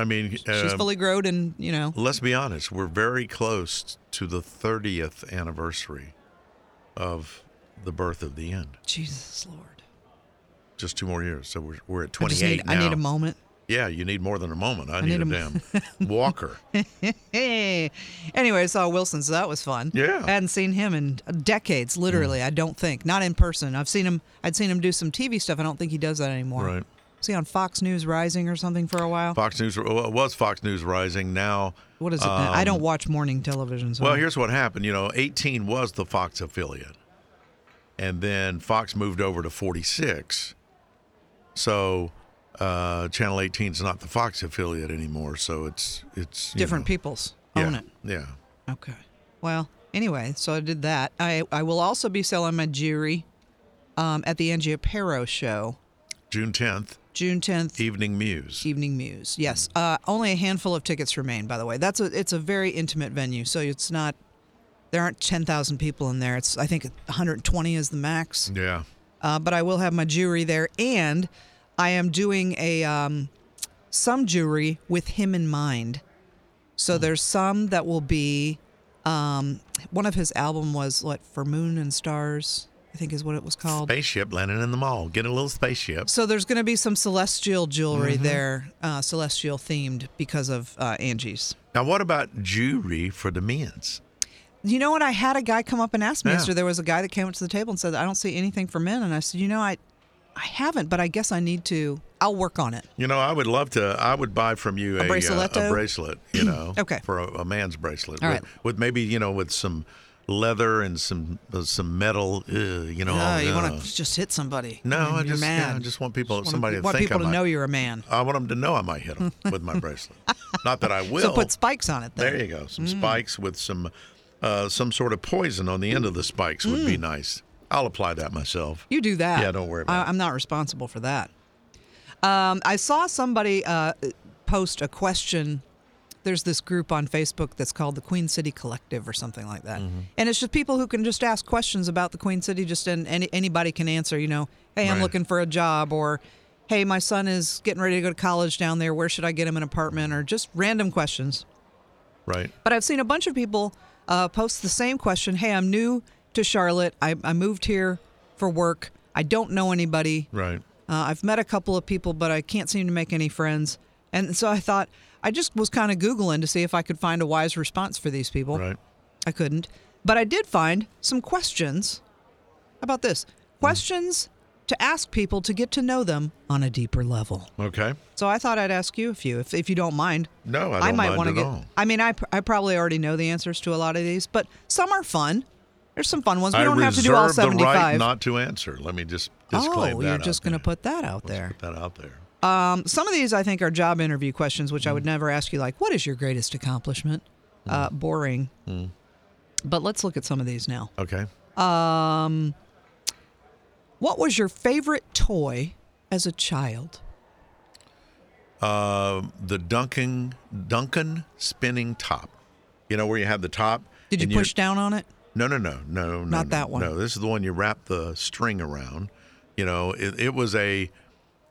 [SPEAKER 4] I mean,
[SPEAKER 3] She's
[SPEAKER 4] uh,
[SPEAKER 3] fully grown, and you know,
[SPEAKER 4] let's be honest. We're very close to the 30th anniversary of the birth of the end.
[SPEAKER 3] Jesus Lord.
[SPEAKER 4] Just two more years, so we're we're at
[SPEAKER 3] I just
[SPEAKER 4] 28
[SPEAKER 3] need,
[SPEAKER 4] now.
[SPEAKER 3] I need a moment.
[SPEAKER 4] Yeah, you need more than a moment. I, need,
[SPEAKER 3] need
[SPEAKER 4] a,
[SPEAKER 3] a (laughs)
[SPEAKER 4] damn walker.
[SPEAKER 3] Hey. Anyway, I saw Wilson, so that was fun.
[SPEAKER 4] Yeah. Mm.
[SPEAKER 3] I hadn't seen him in decades, literally. I don't think, not in person. I've seen him. I'd seen him do some TV stuff. I don't think he does that anymore.
[SPEAKER 4] Right.
[SPEAKER 3] Was he on Fox News Rising or something for a while?
[SPEAKER 4] Fox News uh, well, it was Fox News Rising. Now,
[SPEAKER 3] What is it? now? I
[SPEAKER 4] um,
[SPEAKER 3] don't watch morning television. So
[SPEAKER 4] Well, here's what happened. You know, 18 was the Fox affiliate, and then Fox moved over to 46. So, uh, Channel 18 is not the Fox affiliate anymore. So it's it's you
[SPEAKER 3] different
[SPEAKER 4] know,
[SPEAKER 3] people's
[SPEAKER 4] yeah,
[SPEAKER 3] own it.
[SPEAKER 4] Yeah.
[SPEAKER 3] Okay. Well, anyway, so I did that. I I will also be selling my jewelry um, at the Angiopero show,
[SPEAKER 4] June 10th,
[SPEAKER 3] June 10th.
[SPEAKER 4] Evening Muse.
[SPEAKER 3] Evening Muse. Yes. Uh, only a handful of tickets remain, by the way. That's a, it's a very intimate venue, so it's not. There aren't ten thousand people in there. It's I think 120 is the max.
[SPEAKER 4] Yeah.
[SPEAKER 3] Uh, but I will have my jury there, and I am doing a um, some jury with him in mind. So there's some that will be. Um, one of his album was what for Moon and Stars, I think is what it was called.
[SPEAKER 4] Spaceship landing in the mall. Get a little spaceship.
[SPEAKER 3] So there's going to be some celestial jewelry
[SPEAKER 4] Mm-hmm.
[SPEAKER 3] there, uh, celestial themed because of uh, Angie's.
[SPEAKER 4] Now, what about jewelry for the men's?
[SPEAKER 3] You know what? I had a guy come up and ask me
[SPEAKER 4] Yeah.
[SPEAKER 3] yesterday. There was a guy that came up to the table and said, "I don't see anything for men," and I said, "You know, I, I haven't, but I guess I need to. I'll work on it."
[SPEAKER 4] You know, I would love to. I would buy from you a, uh,
[SPEAKER 3] braceletto?
[SPEAKER 4] a bracelet.
[SPEAKER 3] (clears throat)
[SPEAKER 4] You know,
[SPEAKER 3] Okay.
[SPEAKER 4] for a, a man's bracelet.
[SPEAKER 3] All
[SPEAKER 4] with,
[SPEAKER 3] right.
[SPEAKER 4] with maybe you know with some leather and some uh, some metal. Uh, you know,
[SPEAKER 3] Oh, you
[SPEAKER 4] uh,
[SPEAKER 3] want to just hit somebody?
[SPEAKER 4] No, I
[SPEAKER 3] you're
[SPEAKER 4] just yeah,
[SPEAKER 3] mad.
[SPEAKER 4] I just want people
[SPEAKER 3] Wanna-
[SPEAKER 4] somebody to
[SPEAKER 3] want
[SPEAKER 4] think
[SPEAKER 3] people
[SPEAKER 4] I
[SPEAKER 3] to
[SPEAKER 4] might-
[SPEAKER 3] know you're a man.
[SPEAKER 4] I want them to know I might
[SPEAKER 3] (laughs)
[SPEAKER 4] hit them with my bracelet. Not that I will.
[SPEAKER 3] So put Mm. spikes on it. Then.
[SPEAKER 4] There you go. Some spikes with some uh, some sort of poison on the end of the spikes would be nice. I'll apply that myself.
[SPEAKER 3] Mm. You do that.
[SPEAKER 4] Yeah, don't worry about
[SPEAKER 3] I,
[SPEAKER 4] it.
[SPEAKER 3] I'm not responsible for that. Um, I saw somebody uh, post a question. There's this group on Facebook that's called the Queen City Collective or something like that,
[SPEAKER 4] Mm-hmm.
[SPEAKER 3] and it's just people who can just ask questions about the Queen City. Just and any, anybody can answer. You know, hey, I'm
[SPEAKER 4] Right.
[SPEAKER 3] looking for a job, or hey, my son is getting ready to go to college down there. Where should I get him an apartment? Or just random questions.
[SPEAKER 4] Right.
[SPEAKER 3] But I've seen a bunch of people uh, post the same question Hey, I'm new to Charlotte. I, I moved here for work. I don't know anybody.
[SPEAKER 4] Right.
[SPEAKER 3] Uh, I've met a couple of people, but I can't seem to make any friends. And so I thought, I just was kind of Googling to see if I could find a wise response for these people.
[SPEAKER 4] Right.
[SPEAKER 3] I couldn't. But I did find some questions. How about this?
[SPEAKER 4] Hmm.
[SPEAKER 3] Questions to ask people to get to know them on a deeper level.
[SPEAKER 4] Okay.
[SPEAKER 3] So I thought I'd ask you a few, if, if you don't mind.
[SPEAKER 4] No, I don't
[SPEAKER 3] I might
[SPEAKER 4] mind
[SPEAKER 3] want to
[SPEAKER 4] at
[SPEAKER 3] get.
[SPEAKER 4] all.
[SPEAKER 3] I mean, I, pr- I probably already know the answers to a lot of these, but some are fun. There's some fun ones. We
[SPEAKER 4] I
[SPEAKER 3] don't
[SPEAKER 4] reserve
[SPEAKER 3] have to do all
[SPEAKER 4] the right
[SPEAKER 3] 75.
[SPEAKER 4] not to answer. Let me just disclaim
[SPEAKER 3] oh,
[SPEAKER 4] that.
[SPEAKER 3] you're just going to
[SPEAKER 4] to
[SPEAKER 3] put that out there.
[SPEAKER 4] that out there.
[SPEAKER 3] Um, some of these I think are job interview questions, which I
[SPEAKER 4] Hmm.
[SPEAKER 3] would never ask you. Like, what is your greatest accomplishment? Uh, boring.
[SPEAKER 4] Hmm.
[SPEAKER 3] But let's look at some of these now. Um,
[SPEAKER 4] Okay.
[SPEAKER 3] What was your favorite toy as a child?
[SPEAKER 4] Uh, the Duncan Duncan spinning top. You know where you have the top.
[SPEAKER 3] Did you
[SPEAKER 4] and
[SPEAKER 3] push down on it?
[SPEAKER 4] No, no, no, no, no.
[SPEAKER 3] Not
[SPEAKER 4] no,
[SPEAKER 3] that one.
[SPEAKER 4] No, this is the one you wrap the string around. You know, it, it was a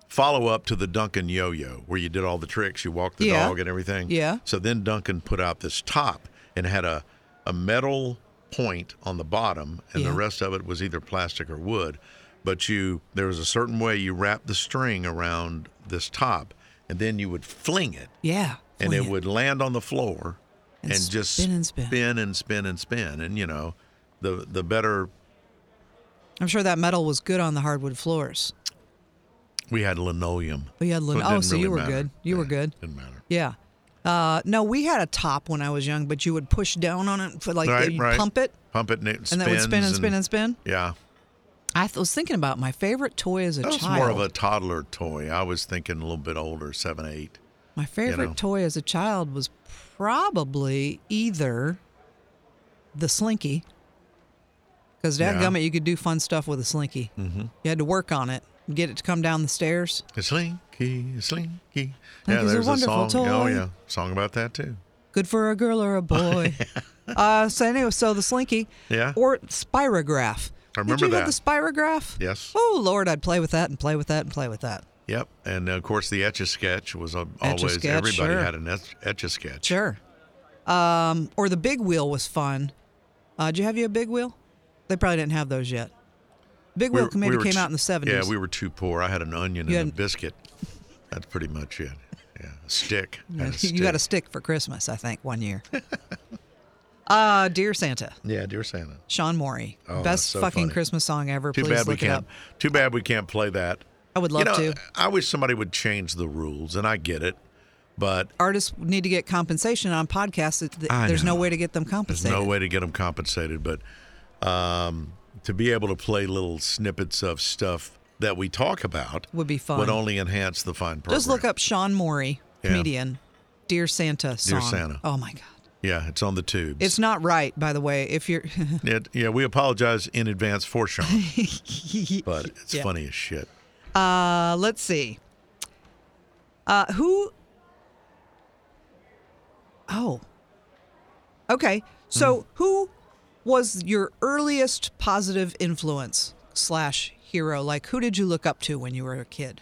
[SPEAKER 4] follow up to the Duncan yo yo where you did all the tricks, you walked the
[SPEAKER 3] Yeah.
[SPEAKER 4] dog and everything.
[SPEAKER 3] Yeah.
[SPEAKER 4] So then Duncan put out this top and had a, a metal point on the bottom, and
[SPEAKER 3] Yeah.
[SPEAKER 4] the rest of it was either plastic or wood. But you, there was a certain way you wrapped the string around this top, and then you would fling it
[SPEAKER 3] Yeah.
[SPEAKER 4] and
[SPEAKER 3] fling
[SPEAKER 4] it would land on the floor
[SPEAKER 3] And
[SPEAKER 4] and, just
[SPEAKER 3] spin and spin.
[SPEAKER 4] spin and spin and spin. And you know, the the better
[SPEAKER 3] I'm sure that metal was good on the hardwood floors.
[SPEAKER 4] we had linoleum.
[SPEAKER 3] We had lin-
[SPEAKER 4] it
[SPEAKER 3] oh,
[SPEAKER 4] didn't
[SPEAKER 3] so you were
[SPEAKER 4] matter.
[SPEAKER 3] good. You were
[SPEAKER 4] Yeah,
[SPEAKER 3] good.
[SPEAKER 4] Didn't matter.
[SPEAKER 3] Yeah. Uh, no, we had a top when I was young, but you would push down on it for like
[SPEAKER 4] Right,
[SPEAKER 3] you
[SPEAKER 4] right.
[SPEAKER 3] pump it,
[SPEAKER 4] Pump it and it
[SPEAKER 3] and that would spin and spin and spin.
[SPEAKER 4] (laughs) Yeah,
[SPEAKER 3] I th- was thinking about my favorite toy as a
[SPEAKER 4] that was
[SPEAKER 3] child.
[SPEAKER 4] more of a toddler toy. I was thinking a little bit older, seven, eight.
[SPEAKER 3] my favorite
[SPEAKER 4] know.
[SPEAKER 3] toy as a child was probably either the slinky, because
[SPEAKER 4] Yeah.
[SPEAKER 3] dadgummit, you could do fun stuff with a slinky. Mm-hmm. You had to work on it, get it to come down the stairs.
[SPEAKER 4] Slinky, slinky.
[SPEAKER 3] Like,
[SPEAKER 4] yeah,
[SPEAKER 3] it's a
[SPEAKER 4] there's
[SPEAKER 3] wonderful
[SPEAKER 4] song. Oh
[SPEAKER 3] toy.
[SPEAKER 4] yeah, song about that too.
[SPEAKER 3] Good for a girl
[SPEAKER 4] (laughs) Oh,
[SPEAKER 3] or a boy. uh, so anyway, so the slinky.
[SPEAKER 4] Yeah.
[SPEAKER 3] Or spirograph.
[SPEAKER 4] I remember
[SPEAKER 3] Did you have
[SPEAKER 4] that.
[SPEAKER 3] the spirograph?
[SPEAKER 4] Yes.
[SPEAKER 3] Oh Lord, I'd play with that and play with that and play with that.
[SPEAKER 4] Yep, and of course the etch a sketch was uh,
[SPEAKER 3] Etch-a-Sketch,
[SPEAKER 4] always everybody
[SPEAKER 3] sure.
[SPEAKER 4] had an etch a sketch.
[SPEAKER 3] Sure. Um, or the big wheel was fun. Uh, did you have you a big wheel? They probably didn't have those yet. Big wheel
[SPEAKER 4] were-
[SPEAKER 3] maybe
[SPEAKER 4] were
[SPEAKER 3] came
[SPEAKER 4] t-
[SPEAKER 3] out in the seventies.
[SPEAKER 4] Yeah, we were too poor. I had an onion
[SPEAKER 3] You
[SPEAKER 4] and a
[SPEAKER 3] had-
[SPEAKER 4] biscuit. That's pretty much it. Yeah,
[SPEAKER 3] (laughs)
[SPEAKER 4] a stick. I had
[SPEAKER 3] (laughs)
[SPEAKER 4] a
[SPEAKER 3] you got a
[SPEAKER 4] stick.
[SPEAKER 3] stick for Christmas, I think, one
[SPEAKER 4] (laughs)
[SPEAKER 3] year. uh, dear Santa,
[SPEAKER 4] Yeah, dear Santa.
[SPEAKER 3] Sean Morey,
[SPEAKER 4] Oh, that's
[SPEAKER 3] best
[SPEAKER 4] so
[SPEAKER 3] fucking
[SPEAKER 4] funny.
[SPEAKER 3] Christmas song ever.
[SPEAKER 4] Too
[SPEAKER 3] Please
[SPEAKER 4] bad we
[SPEAKER 3] look it up.
[SPEAKER 4] can't. Too bad we can't play that.
[SPEAKER 3] I would love
[SPEAKER 4] you know,
[SPEAKER 3] to.
[SPEAKER 4] I wish somebody would change the rules, and I get it, but
[SPEAKER 3] Artists need to get compensation on podcasts. It- th-
[SPEAKER 4] I
[SPEAKER 3] There's no
[SPEAKER 4] know.
[SPEAKER 3] way to get them compensated.
[SPEAKER 4] there's no way to get them compensated. But um, to be able to play little snippets of stuff that we talk about
[SPEAKER 3] Would be fun.
[SPEAKER 4] would only enhance the fine program.
[SPEAKER 3] Just look up Sean Morey,
[SPEAKER 4] Yeah.
[SPEAKER 3] comedian, Dear Santa song.
[SPEAKER 4] Santa.
[SPEAKER 3] Oh my God.
[SPEAKER 4] Yeah, it's on the tubes.
[SPEAKER 3] It's not right, by the way. If
[SPEAKER 4] (laughs)
[SPEAKER 3] you're, (laughs)
[SPEAKER 4] It- yeah, we apologize in advance for Sean, but it's
[SPEAKER 3] Yeah.
[SPEAKER 4] funny as shit.
[SPEAKER 3] uh, let's see. Uh, who? Oh. Okay. So
[SPEAKER 4] Hmm.
[SPEAKER 3] who was your earliest positive influence slash hero? Like, who did you look up to when you were a kid?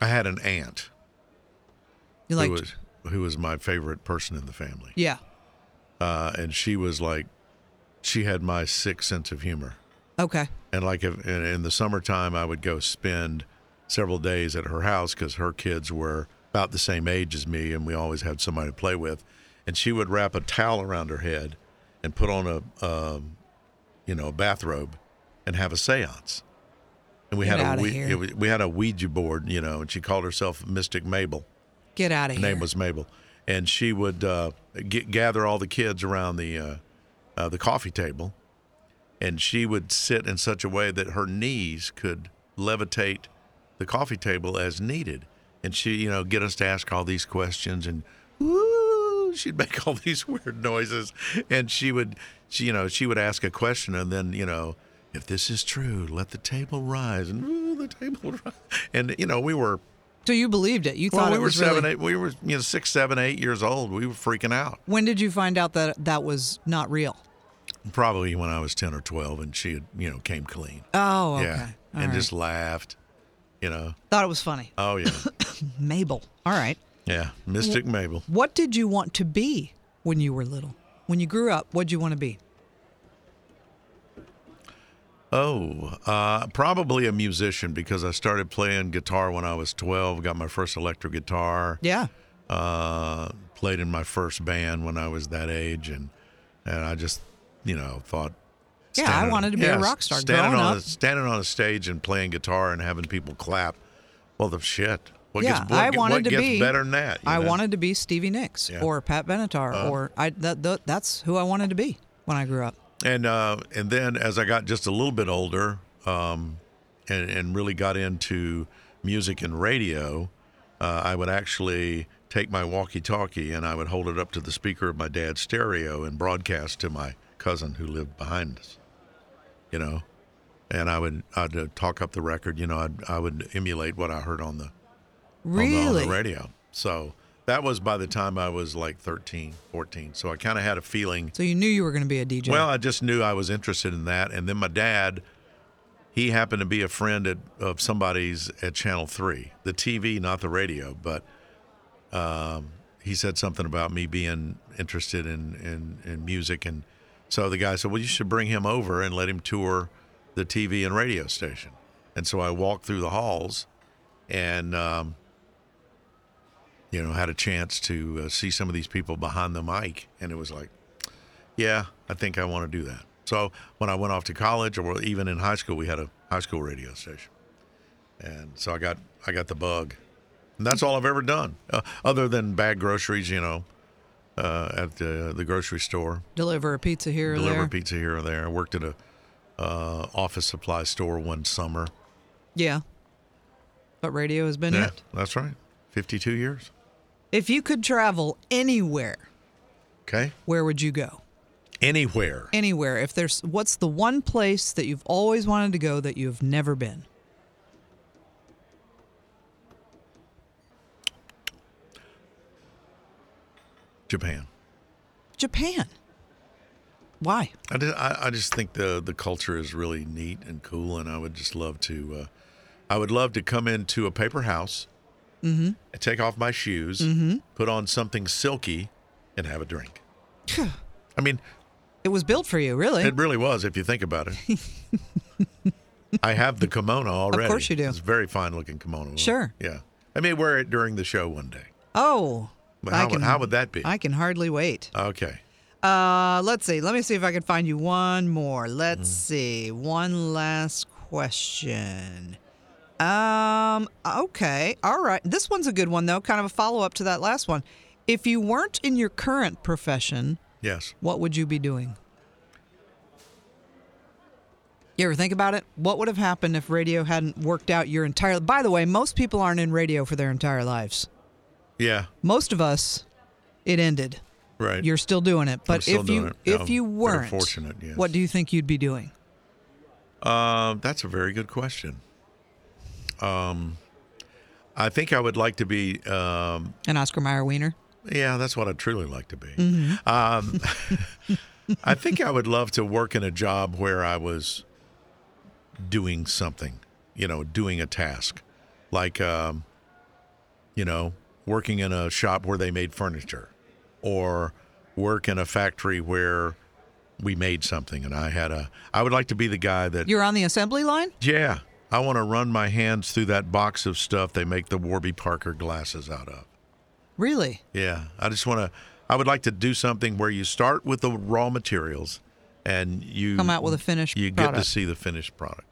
[SPEAKER 4] I had an aunt
[SPEAKER 3] You like,
[SPEAKER 4] who was who was my favorite person in the family,
[SPEAKER 3] yeah.
[SPEAKER 4] uh, and she was like, she had my sick sense of humor.
[SPEAKER 3] Okay.
[SPEAKER 4] And like if, in, in the summertime, I would go spend several days at her house because her kids were about the same age as me, and we always had somebody to play with. And she would wrap a towel around her head and put on a, um, you know, a bathrobe, and have a séance. And we
[SPEAKER 3] Get
[SPEAKER 4] had
[SPEAKER 3] outta
[SPEAKER 4] a we,
[SPEAKER 3] here.
[SPEAKER 4] it was- we had a Ouija board, you know, and she called herself Mystic Mabel.
[SPEAKER 3] Get out of
[SPEAKER 4] Her
[SPEAKER 3] here.
[SPEAKER 4] name was Mabel, and she would uh, get, gather all the kids around the uh, uh, the coffee table, and she would sit in such a way that her knees could levitate the coffee table as needed, and she you know get us to ask all these questions and. "Woo," (laughs) She'd make all these weird noises, and she would, she, you know, she would ask a question, and then, you know, if this is true, let the table rise, and "Ooh, the table (laughs) rise, and you know, we were
[SPEAKER 3] so you believed it. You
[SPEAKER 4] well,
[SPEAKER 3] thought
[SPEAKER 4] we
[SPEAKER 3] it
[SPEAKER 4] were
[SPEAKER 3] was
[SPEAKER 4] seven,
[SPEAKER 3] really,
[SPEAKER 4] eight. We were you know six, seven, eight years old. We were freaking out.
[SPEAKER 3] When did you find out that that was not real?
[SPEAKER 4] Probably when I was ten or twelve, and she had you know came clean.
[SPEAKER 3] Oh, okay.
[SPEAKER 4] Yeah,
[SPEAKER 3] All
[SPEAKER 4] and
[SPEAKER 3] right.
[SPEAKER 4] just laughed. You know.
[SPEAKER 3] thought it was funny. (coughs)
[SPEAKER 4] Oh yeah,
[SPEAKER 3] Mabel. All right.
[SPEAKER 4] yeah. Mystic Mabel.
[SPEAKER 3] What did you want to be when you were little? When you grew up, what did you want to be?
[SPEAKER 4] Oh, uh, probably a musician because I started playing guitar when I was twelve. Got my first electric guitar.
[SPEAKER 3] Yeah.
[SPEAKER 4] Uh, played in my first band when I was that age, and and I just you know thought.
[SPEAKER 3] Yeah, I
[SPEAKER 4] standing-
[SPEAKER 3] wanted to be a
[SPEAKER 4] yeah,
[SPEAKER 3] rock star
[SPEAKER 4] Standing
[SPEAKER 3] growing
[SPEAKER 4] on
[SPEAKER 3] up.
[SPEAKER 4] A, standing on a stage and playing guitar and having people clap. Well, the shit. What
[SPEAKER 3] yeah,
[SPEAKER 4] gets, what,
[SPEAKER 3] I
[SPEAKER 4] get-
[SPEAKER 3] wanted
[SPEAKER 4] what
[SPEAKER 3] to
[SPEAKER 4] gets
[SPEAKER 3] be
[SPEAKER 4] better than that. you
[SPEAKER 3] I
[SPEAKER 4] know?
[SPEAKER 3] wanted to be Stevie Nicks
[SPEAKER 4] Yeah. Uh-huh.
[SPEAKER 3] or Pat Benatar or I that, that that's who I wanted to be when I grew up.
[SPEAKER 4] And uh, and then as I got just a little bit older, um, and and really got into music and radio, uh, I would actually take my walkie-talkie and I would hold it up to the speaker of my dad's stereo and broadcast to my cousin who lived behind us. You know, and I would I'd uh, talk up the record. You know, I'd, I would emulate what I heard on the on the-
[SPEAKER 3] Really?
[SPEAKER 4] on the radio. So that was by the time I was like 13, 14. So I kind of had a feeling
[SPEAKER 3] So you knew you were going to be a DJ.
[SPEAKER 4] well, I just knew I was interested in that, and then my dad, he happened to be a friend at, of somebody's at Channel Three, the TV, not the radio. But um, he said something about me being interested in, in in music, and so the guy said, "Well, you should bring him over and let him tour the TV and radio station." And so I walked through the halls, and um, you know, had a chance to uh, see some of these people behind the mic, and it was like, yeah, I think I want to do that. So when I went off to college, or even in high school, we had a high school radio station, and so I got I got the bug, and that's all I've ever done, uh, other than bag groceries, you know, uh, at the the grocery store,
[SPEAKER 3] deliver a pizza here or
[SPEAKER 4] deliver
[SPEAKER 3] there.
[SPEAKER 4] pizza here or there. I worked at a uh, office supply store one summer.
[SPEAKER 3] yeah. But radio has been
[SPEAKER 4] Yeah,
[SPEAKER 3] it.
[SPEAKER 4] that's right, fifty two years.
[SPEAKER 3] If you could travel anywhere,
[SPEAKER 4] Okay,
[SPEAKER 3] where would you go?
[SPEAKER 4] anywhere.
[SPEAKER 3] Anywhere. If there's what's the one place that you've always wanted to go that you've never been?
[SPEAKER 4] Japan.
[SPEAKER 3] Japan. Why?
[SPEAKER 4] I just, I, I just think the the culture is really neat and cool, and I would just love to. Uh, I would love to come into a paper house, mm-hmm. take off my shoes,
[SPEAKER 3] Mm-hmm.
[SPEAKER 4] put on something silky, and have a drink. I mean,
[SPEAKER 3] It was built for you, really.
[SPEAKER 4] it really was if you think about it.
[SPEAKER 3] (laughs)
[SPEAKER 4] I have the kimono already.
[SPEAKER 3] course you do.
[SPEAKER 4] It's a very fine looking kimono.
[SPEAKER 3] Sure.
[SPEAKER 4] Yeah. I may wear it during the show one day.
[SPEAKER 3] oh,
[SPEAKER 4] But
[SPEAKER 3] I
[SPEAKER 4] how, would-
[SPEAKER 3] can-
[SPEAKER 4] how would that be?
[SPEAKER 3] I can hardly wait.
[SPEAKER 4] okay.
[SPEAKER 3] Uh, let's see. Let me see if I can find you one more. Let's
[SPEAKER 4] Hmm.
[SPEAKER 3] see. One last question. Um, okay. All right. This one's a good one though, kind of a follow-up to that last one. If you weren't in your current profession,
[SPEAKER 4] Yes.
[SPEAKER 3] what would you be doing? You ever think about it? What would have happened if radio hadn't worked out your entire By the way, most people aren't in radio for their entire lives.
[SPEAKER 4] Yeah.
[SPEAKER 3] Most of us it ended.
[SPEAKER 4] Right.
[SPEAKER 3] You're still doing it. But
[SPEAKER 4] still
[SPEAKER 3] if
[SPEAKER 4] doing
[SPEAKER 3] you
[SPEAKER 4] it. Yeah,
[SPEAKER 3] if you
[SPEAKER 4] very
[SPEAKER 3] weren't,
[SPEAKER 4] fortunate, yes.
[SPEAKER 3] what do you think you'd be doing?
[SPEAKER 4] Uh, that's a very good question. Um, I think I would like to be. Um,
[SPEAKER 3] An Oscar Mayer wiener?
[SPEAKER 4] yeah, that's what I'd truly like to be. Um, (laughs) I think I would love to work in a job where I was doing something, you know, doing a task, like, um, you know, working in a shop where they made furniture, or work in a factory where we made something. And I had a. I would like to be the guy that
[SPEAKER 3] You're on the assembly line?
[SPEAKER 4] yeah. I want to run my hands through that box of stuff they make the Warby Parker glasses out of.
[SPEAKER 3] Really?
[SPEAKER 4] Yeah. I just want to, I would like to do something where you start with the raw materials and you
[SPEAKER 3] Come out with a finished
[SPEAKER 4] You get
[SPEAKER 3] product.
[SPEAKER 4] to see the finished product.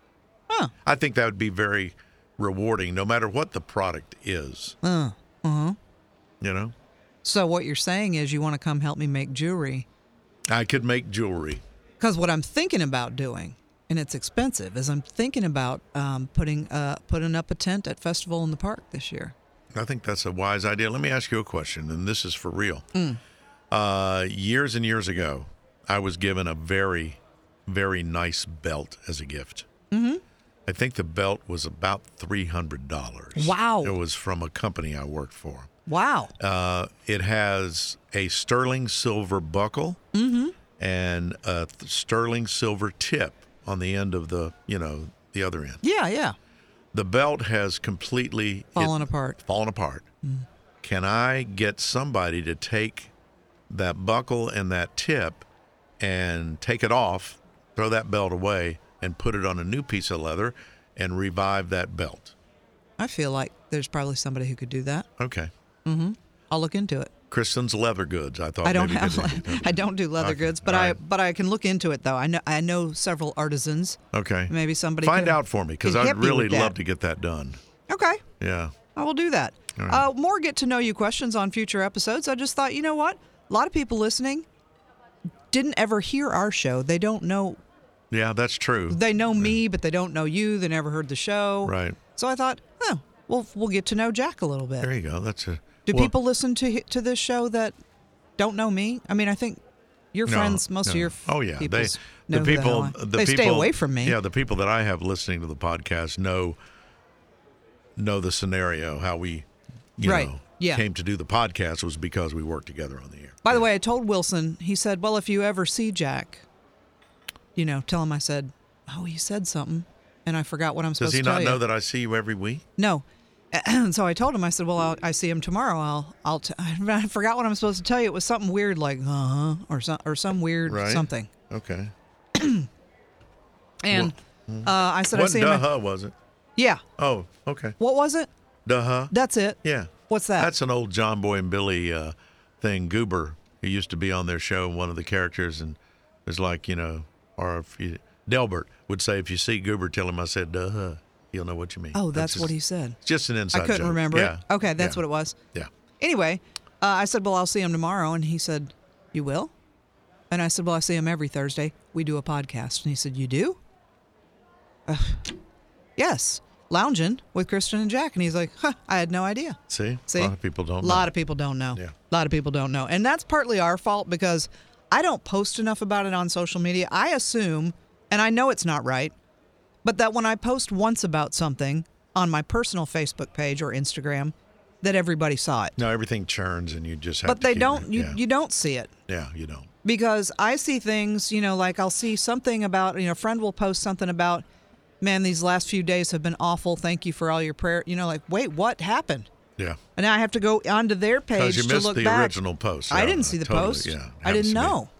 [SPEAKER 3] Huh.
[SPEAKER 4] I think that would be very rewarding no matter what the product is,
[SPEAKER 3] Uh, uh-huh.
[SPEAKER 4] you know?
[SPEAKER 3] So what you're saying is you want to come help me make jewelry.
[SPEAKER 4] I could make jewelry.
[SPEAKER 3] Because what I'm thinking about doing, and it's expensive, is I'm thinking about um, putting uh, putting up a tent at Festival in the Park this year.
[SPEAKER 4] I think that's a wise idea. Let me ask you a question, and this is for real. Uh, years and years ago, I was given a very, very nice belt as a gift. Mm-hmm. I think the belt was about three hundred dollars.
[SPEAKER 3] Wow.
[SPEAKER 4] It was from a company I worked for.
[SPEAKER 3] Wow.
[SPEAKER 4] Uh, it has a sterling silver buckle and a th- sterling silver tip on the end of the, you know, the other end.
[SPEAKER 3] Yeah, yeah.
[SPEAKER 4] The belt has completely it-
[SPEAKER 3] Falling apart.
[SPEAKER 4] fallen apart. Can I get somebody to take that buckle and that tip and take it off, throw that belt away, and put it on a new piece of leather and revive that belt?
[SPEAKER 3] I feel like there's probably somebody who could do that.
[SPEAKER 4] Okay.
[SPEAKER 3] I'll look into it.
[SPEAKER 4] Kristen's leather goods. I thought
[SPEAKER 3] I don't
[SPEAKER 4] Oh, maybe
[SPEAKER 3] have
[SPEAKER 4] could-
[SPEAKER 3] le- (laughs) I don't do leather
[SPEAKER 4] Okay,
[SPEAKER 3] goods, but
[SPEAKER 4] all
[SPEAKER 3] I
[SPEAKER 4] right.
[SPEAKER 3] but I can look into it though. I know I know several artisans.
[SPEAKER 4] okay.
[SPEAKER 3] Maybe somebody
[SPEAKER 4] find
[SPEAKER 3] could-
[SPEAKER 4] out for me because
[SPEAKER 3] could
[SPEAKER 4] I'd
[SPEAKER 3] help you
[SPEAKER 4] really
[SPEAKER 3] with that.
[SPEAKER 4] love to get that done.
[SPEAKER 3] Okay.
[SPEAKER 4] Yeah.
[SPEAKER 3] I will do that.
[SPEAKER 4] All right.
[SPEAKER 3] Uh, more get to know you questions on future episodes. I just thought, you know what? A lot of people listening didn't ever hear our show. They don't know.
[SPEAKER 4] Yeah, that's true.
[SPEAKER 3] They know me, but they don't know you. They never heard the show.
[SPEAKER 4] Right.
[SPEAKER 3] So I thought, oh, well, we'll get to know Jack a little bit.
[SPEAKER 4] There you go. That's a.
[SPEAKER 3] Do
[SPEAKER 4] well,
[SPEAKER 3] people listen to hi- to this show that don't know me? I mean, I think your
[SPEAKER 4] No,
[SPEAKER 3] friends, most of
[SPEAKER 4] no.
[SPEAKER 3] your f-
[SPEAKER 4] oh yeah they
[SPEAKER 3] peoples know
[SPEAKER 4] the
[SPEAKER 3] who the hell
[SPEAKER 4] people
[SPEAKER 3] I-
[SPEAKER 4] the,
[SPEAKER 3] they
[SPEAKER 4] people
[SPEAKER 3] stay away from me.
[SPEAKER 4] yeah the people that I have listening to the podcast know know the scenario how we you
[SPEAKER 3] Right,
[SPEAKER 4] know
[SPEAKER 3] yeah.
[SPEAKER 4] came to do the podcast was because we worked together on the air
[SPEAKER 3] By the way, I told Wilson. He said, "Well, if you ever see Jack, you know, tell him I said, oh, you said something, and I forgot what I'm supposed
[SPEAKER 4] does he
[SPEAKER 3] to tell
[SPEAKER 4] not
[SPEAKER 3] you."
[SPEAKER 4] know that I see you every week
[SPEAKER 3] No. (clears throat) so I told him, I said, well, I'll, I see him tomorrow. I'll, I'll, t- (laughs) I forgot what I'm supposed to tell you. It was something weird, like, uh huh, or, some, or some weird
[SPEAKER 4] Right.
[SPEAKER 3] something.
[SPEAKER 4] okay
[SPEAKER 3] And uh, I said, I
[SPEAKER 4] Mm-hmm. what
[SPEAKER 3] see him. at-
[SPEAKER 4] duh was it
[SPEAKER 3] yeah.
[SPEAKER 4] oh okay
[SPEAKER 3] What was it?
[SPEAKER 4] duh
[SPEAKER 3] That's it.
[SPEAKER 4] yeah
[SPEAKER 3] What's that?
[SPEAKER 4] that's an old John Boy and Billy uh, thing Goober who used to be on their show and one of the characters and was like you know or if you Delbert would say if you see Goober tell him I said duh you'll know what you mean
[SPEAKER 3] oh, that's,
[SPEAKER 4] just-
[SPEAKER 3] what he said.
[SPEAKER 4] It's just an
[SPEAKER 3] I
[SPEAKER 4] inside
[SPEAKER 3] couldn't
[SPEAKER 4] joke.
[SPEAKER 3] remember
[SPEAKER 4] yeah.
[SPEAKER 3] it. Okay, that's what it was.
[SPEAKER 4] Yeah.
[SPEAKER 3] Anyway, uh, I said, well, I'll see him tomorrow. And he said, you will? And I said, well, I see him every Thursday. We do a podcast. And he said, you do? Ugh. yes. Lounging with Kristen and Jack. And he's like, huh, I had no idea.
[SPEAKER 4] See?
[SPEAKER 3] See,
[SPEAKER 4] A lot of people don't
[SPEAKER 3] A lot
[SPEAKER 4] know.
[SPEAKER 3] of people don't know.
[SPEAKER 4] Yeah.
[SPEAKER 3] A lot of people don't know, and that's partly our fault because I don't post enough about it on social media. I assume, and I know it's not right, but that when I post once about something on my personal Facebook page or Instagram, that everybody saw it.
[SPEAKER 4] No, everything churns and you just have
[SPEAKER 3] But
[SPEAKER 4] to
[SPEAKER 3] they
[SPEAKER 4] keep
[SPEAKER 3] don't.
[SPEAKER 4] it.
[SPEAKER 3] You
[SPEAKER 4] yeah.
[SPEAKER 3] you don't see it
[SPEAKER 4] yeah, you don't.
[SPEAKER 3] because I see things, you know, like I'll see something about, you know, a friend will post something about, man, these last few days have been awful. Thank you for all your prayer. You know, like, wait, what happened?
[SPEAKER 4] Yeah.
[SPEAKER 3] And now I have to go onto their page
[SPEAKER 4] Because you
[SPEAKER 3] to
[SPEAKER 4] missed
[SPEAKER 3] look
[SPEAKER 4] the
[SPEAKER 3] back.
[SPEAKER 4] original post.
[SPEAKER 3] I
[SPEAKER 4] Yeah,
[SPEAKER 3] didn't see the
[SPEAKER 4] totally,
[SPEAKER 3] post.
[SPEAKER 4] Yeah.
[SPEAKER 3] I
[SPEAKER 4] happens to
[SPEAKER 3] didn't
[SPEAKER 4] me.
[SPEAKER 3] know.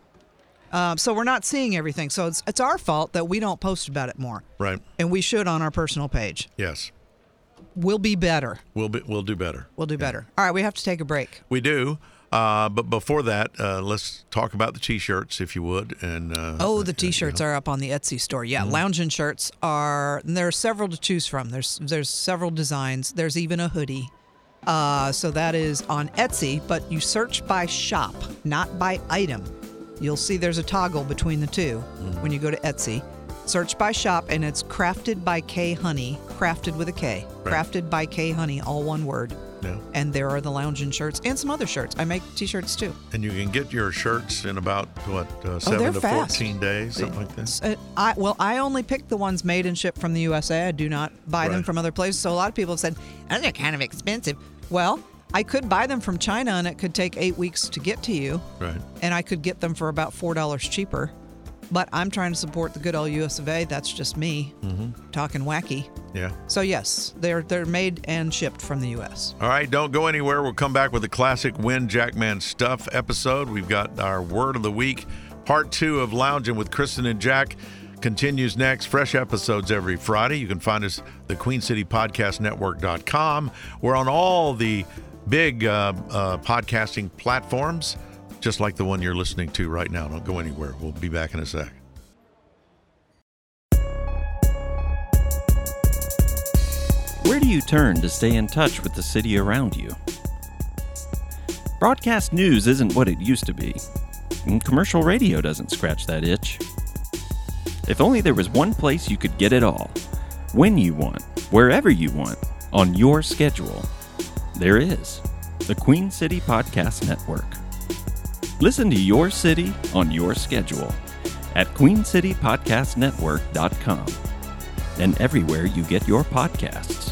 [SPEAKER 3] Um, so we're not seeing everything. So it's it's our fault that we don't post about it more,
[SPEAKER 4] Right.
[SPEAKER 3] and we should on our personal page.
[SPEAKER 4] Yes.
[SPEAKER 3] We'll be better.
[SPEAKER 4] We'll be, we'll do better.
[SPEAKER 3] We'll do better. All right, we have to take a break.
[SPEAKER 4] We do. Uh, but before that, uh, let's talk about the t-shirts, if you would. And uh,
[SPEAKER 3] Oh, the
[SPEAKER 4] yeah, yeah.
[SPEAKER 3] T-shirts are up on the Etsy store. Yeah, lounging shirts are. And there are several to choose from. There's there's several designs. There's even a hoodie. Uh, so that is on Etsy, but you search by shop, not by item. You'll see there's a toggle between the two when you go to Etsy. Search by shop, and it's crafted by K Honey, crafted with a K, crafted by K Honey, all one word.
[SPEAKER 4] Yeah.
[SPEAKER 3] And there are the lounge in shirts and some other shirts. I make T-shirts too.
[SPEAKER 4] And you can get your shirts in about what uh, seven
[SPEAKER 3] Oh, they're
[SPEAKER 4] to
[SPEAKER 3] fast.
[SPEAKER 4] fourteen days, something like that.
[SPEAKER 3] Uh, I well, I only pick the ones made and shipped from the USA. I do not buy them
[SPEAKER 4] Right.
[SPEAKER 3] from other places. So a lot of people have said, "Oh, they're kind of expensive." Well, I could buy them from China, and it could take eight weeks to get to you,
[SPEAKER 4] Right.
[SPEAKER 3] and I could get them for about four dollars cheaper. But I'm trying to support the good old US of A. That's just me
[SPEAKER 4] Mm-hmm.
[SPEAKER 3] talking wacky.
[SPEAKER 4] Yeah.
[SPEAKER 3] So yes, they're they're made and shipped from the U.S.
[SPEAKER 4] All right, don't go anywhere. We'll come back with a classic Win Jackman Stuff episode. We've got our word of the week. Part two of Lounging with Kristen and Jack continues next. Fresh episodes every Friday. You can find us at the queencitypodcastnetwork.com. We're on all the big uh, uh, podcasting platforms, just like the one you're listening to right now. Don't go anywhere. We'll be back in a sec.
[SPEAKER 5] Where do you turn to stay in touch with the city around you? Broadcast news isn't what it used to be, and commercial radio doesn't scratch that itch. If only there was one place you could get it all, when you want, wherever you want, on your schedule. There is the Queen City Podcast Network. Listen to your city on your schedule at queencitypodcastnetwork.com and everywhere you get your podcasts.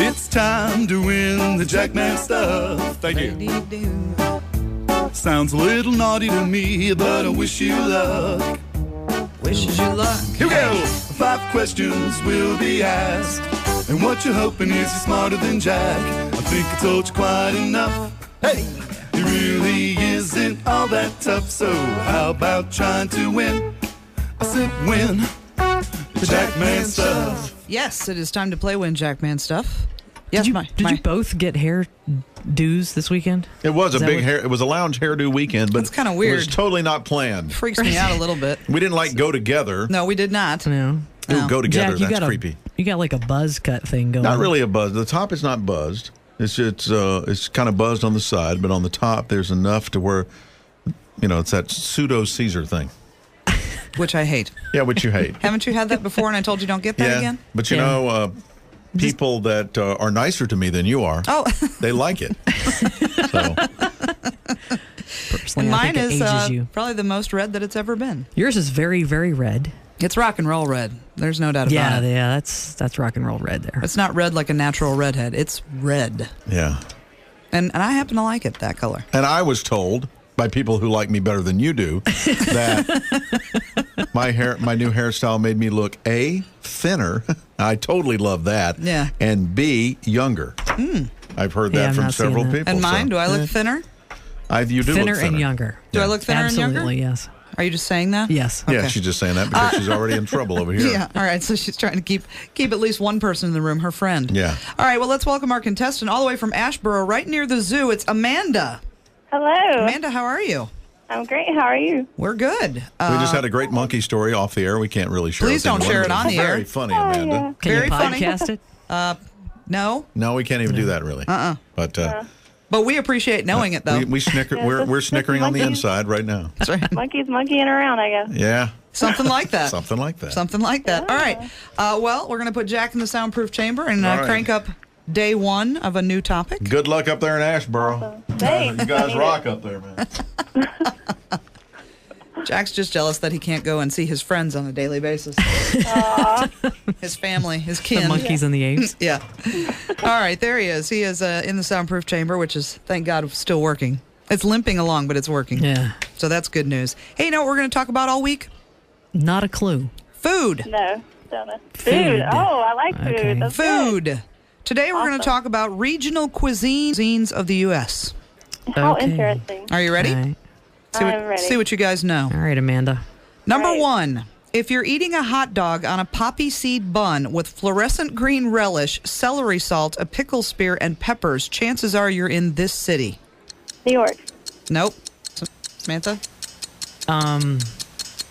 [SPEAKER 6] It's time to win the Jackman stuff. Thank you. Sounds a little naughty to me, but I wish you luck.
[SPEAKER 3] Wishes you luck.
[SPEAKER 6] Here we go. Five questions will be asked. And what you're hoping is you're smarter than Jack. I think I told you quite enough. Hey, he really isn't all that tough. So how about trying to win? I said win the Jackman stuff.
[SPEAKER 3] Yes, it is time to play Win Jackman stuff. Yes,
[SPEAKER 7] did you,
[SPEAKER 3] my,
[SPEAKER 7] did
[SPEAKER 3] my-
[SPEAKER 7] you both get hair do's this weekend?
[SPEAKER 4] It was a
[SPEAKER 7] Is that
[SPEAKER 4] big
[SPEAKER 7] what-
[SPEAKER 4] hair. It was a lounge hairdo weekend, but
[SPEAKER 3] That's kinda
[SPEAKER 4] It was
[SPEAKER 3] weird.
[SPEAKER 4] totally not
[SPEAKER 3] (laughs)
[SPEAKER 4] planned.
[SPEAKER 3] freaks me out a little bit.
[SPEAKER 4] We didn't like go together.
[SPEAKER 3] No, we did not.
[SPEAKER 7] No.
[SPEAKER 4] Ooh, go together.
[SPEAKER 7] Jack, you
[SPEAKER 4] That's
[SPEAKER 7] got a,
[SPEAKER 4] creepy.
[SPEAKER 7] You got like a buzz cut thing going.
[SPEAKER 4] Not
[SPEAKER 7] on.
[SPEAKER 4] really a buzz. The top is not buzzed. It's it's uh it's kind of buzzed on the side, but on the top there's enough to where, you know, it's that pseudo Caesar thing.
[SPEAKER 3] Which I hate.
[SPEAKER 4] Yeah, which
[SPEAKER 3] (laughs)
[SPEAKER 4] you hate.
[SPEAKER 3] Haven't you had that before? And I told you don't get that
[SPEAKER 4] (laughs) yeah,
[SPEAKER 3] again.
[SPEAKER 4] but you
[SPEAKER 7] Yeah.
[SPEAKER 4] know, uh, people that uh, are nicer to me than you are,
[SPEAKER 3] Oh, (laughs)
[SPEAKER 4] they like it. so
[SPEAKER 7] Personally,
[SPEAKER 3] and
[SPEAKER 7] I
[SPEAKER 3] mine
[SPEAKER 7] think it
[SPEAKER 3] is
[SPEAKER 7] ages
[SPEAKER 3] uh,
[SPEAKER 7] you.
[SPEAKER 3] probably the most red that it's ever been.
[SPEAKER 7] Yours is very, very red.
[SPEAKER 3] It's rock and roll red. There's no doubt about
[SPEAKER 7] Yeah,
[SPEAKER 3] it.
[SPEAKER 7] yeah, that's that's rock and roll red there.
[SPEAKER 3] it's not red like a natural redhead. It's red,
[SPEAKER 4] yeah,
[SPEAKER 3] and and I happen to like it that color.
[SPEAKER 4] and I was told by people who like me better than
[SPEAKER 3] (laughs)
[SPEAKER 4] you do that my hair, my new hairstyle made me look a thinner. (laughs) I totally love that.
[SPEAKER 3] Yeah. Mm.
[SPEAKER 4] and b younger. I've heard that
[SPEAKER 7] Yeah, I'm
[SPEAKER 4] from
[SPEAKER 7] not seeing
[SPEAKER 4] several
[SPEAKER 7] that.
[SPEAKER 4] people.
[SPEAKER 3] And
[SPEAKER 4] so-
[SPEAKER 3] mine, do I look
[SPEAKER 4] Eh.
[SPEAKER 3] thinner?
[SPEAKER 4] I, you do
[SPEAKER 7] thinner,
[SPEAKER 4] look
[SPEAKER 7] and younger.
[SPEAKER 3] Do I
[SPEAKER 4] Yeah.
[SPEAKER 3] look thinner
[SPEAKER 7] Absolutely,
[SPEAKER 3] and younger?
[SPEAKER 7] yes.
[SPEAKER 3] Are you just saying that?
[SPEAKER 7] Yes.
[SPEAKER 4] Yeah,
[SPEAKER 3] Okay. Uh,
[SPEAKER 4] she's just saying that because she's already in trouble over here.
[SPEAKER 3] (laughs) Yeah. All right. So she's trying to keep keep at least one person in the room, her friend.
[SPEAKER 4] Yeah.
[SPEAKER 3] All right. Well, let's welcome our contestant all the way from Ashboro, right near the zoo. It's Amanda.
[SPEAKER 8] Hello.
[SPEAKER 3] Amanda, how are you?
[SPEAKER 8] I'm great. How
[SPEAKER 7] (laughs)
[SPEAKER 8] are you?
[SPEAKER 3] We're good.
[SPEAKER 4] We
[SPEAKER 3] Uh,
[SPEAKER 4] just had a great monkey story off the air. We can't really share.
[SPEAKER 3] Please
[SPEAKER 4] with
[SPEAKER 3] don't share
[SPEAKER 4] anyone,
[SPEAKER 3] it
[SPEAKER 4] but
[SPEAKER 3] on
[SPEAKER 4] it's
[SPEAKER 3] the air.
[SPEAKER 4] Very funny, Amanda.
[SPEAKER 8] Oh, yeah.
[SPEAKER 7] Can
[SPEAKER 3] Very
[SPEAKER 7] you
[SPEAKER 3] funny.
[SPEAKER 7] podcast
[SPEAKER 3] (laughs)
[SPEAKER 7] it?
[SPEAKER 3] no,
[SPEAKER 4] No, we can't even do that really. Uh-uh. But uh,
[SPEAKER 3] but we appreciate knowing it though.
[SPEAKER 4] we, we snicker.
[SPEAKER 8] (laughs) Yeah,
[SPEAKER 4] we're
[SPEAKER 8] just-
[SPEAKER 4] we're
[SPEAKER 8] just
[SPEAKER 4] snickering on the
[SPEAKER 8] monkeys.
[SPEAKER 4] inside
[SPEAKER 3] (laughs)
[SPEAKER 4] right now.
[SPEAKER 3] That's right.
[SPEAKER 8] Monkey's monkeying around, I guess.
[SPEAKER 4] Yeah,
[SPEAKER 3] Something like that.
[SPEAKER 4] (laughs) something like that.
[SPEAKER 3] Something like that. All right. Uh, well, we're gonna put Jack in the soundproof chamber and uh,
[SPEAKER 4] All right.
[SPEAKER 3] crank up day one of a new topic.
[SPEAKER 4] Good luck up there in Ashboro.
[SPEAKER 8] Thanks.
[SPEAKER 4] You
[SPEAKER 7] (laughs)
[SPEAKER 4] guys rock up there, man.
[SPEAKER 3] Jack's just jealous that he can't go and see his friends on a daily basis. (laughs) his family, his kin.
[SPEAKER 7] The monkeys and the
[SPEAKER 3] (laughs)
[SPEAKER 7] apes.
[SPEAKER 3] Yeah. All right, there he is. He is uh, in the soundproof chamber, which is thank God still working. It's limping along, but it's working.
[SPEAKER 7] Yeah.
[SPEAKER 3] So that's good news. Hey, you know what we're going to talk about all week?
[SPEAKER 7] Not a clue.
[SPEAKER 3] Food.
[SPEAKER 8] No. Don't know. Food.
[SPEAKER 7] Food.
[SPEAKER 8] Oh, I like food.
[SPEAKER 7] Okay.
[SPEAKER 8] That's good.
[SPEAKER 3] Food. Today we're going to talk about regional cuisine- cuisines of the U.S.
[SPEAKER 8] How
[SPEAKER 7] Okay.
[SPEAKER 8] interesting.
[SPEAKER 3] Are you ready?
[SPEAKER 7] All right.
[SPEAKER 3] See, what,
[SPEAKER 8] I'm ready.
[SPEAKER 3] see what you guys know.
[SPEAKER 7] All right, Amanda.
[SPEAKER 3] Number
[SPEAKER 8] Right.
[SPEAKER 3] one. If you're eating a hot dog on a poppy seed bun with fluorescent green relish, celery salt, a pickle spear, and peppers, chances are you're in this city.
[SPEAKER 8] New York. (laughs)
[SPEAKER 3] Nope. S- Samantha?
[SPEAKER 7] Um,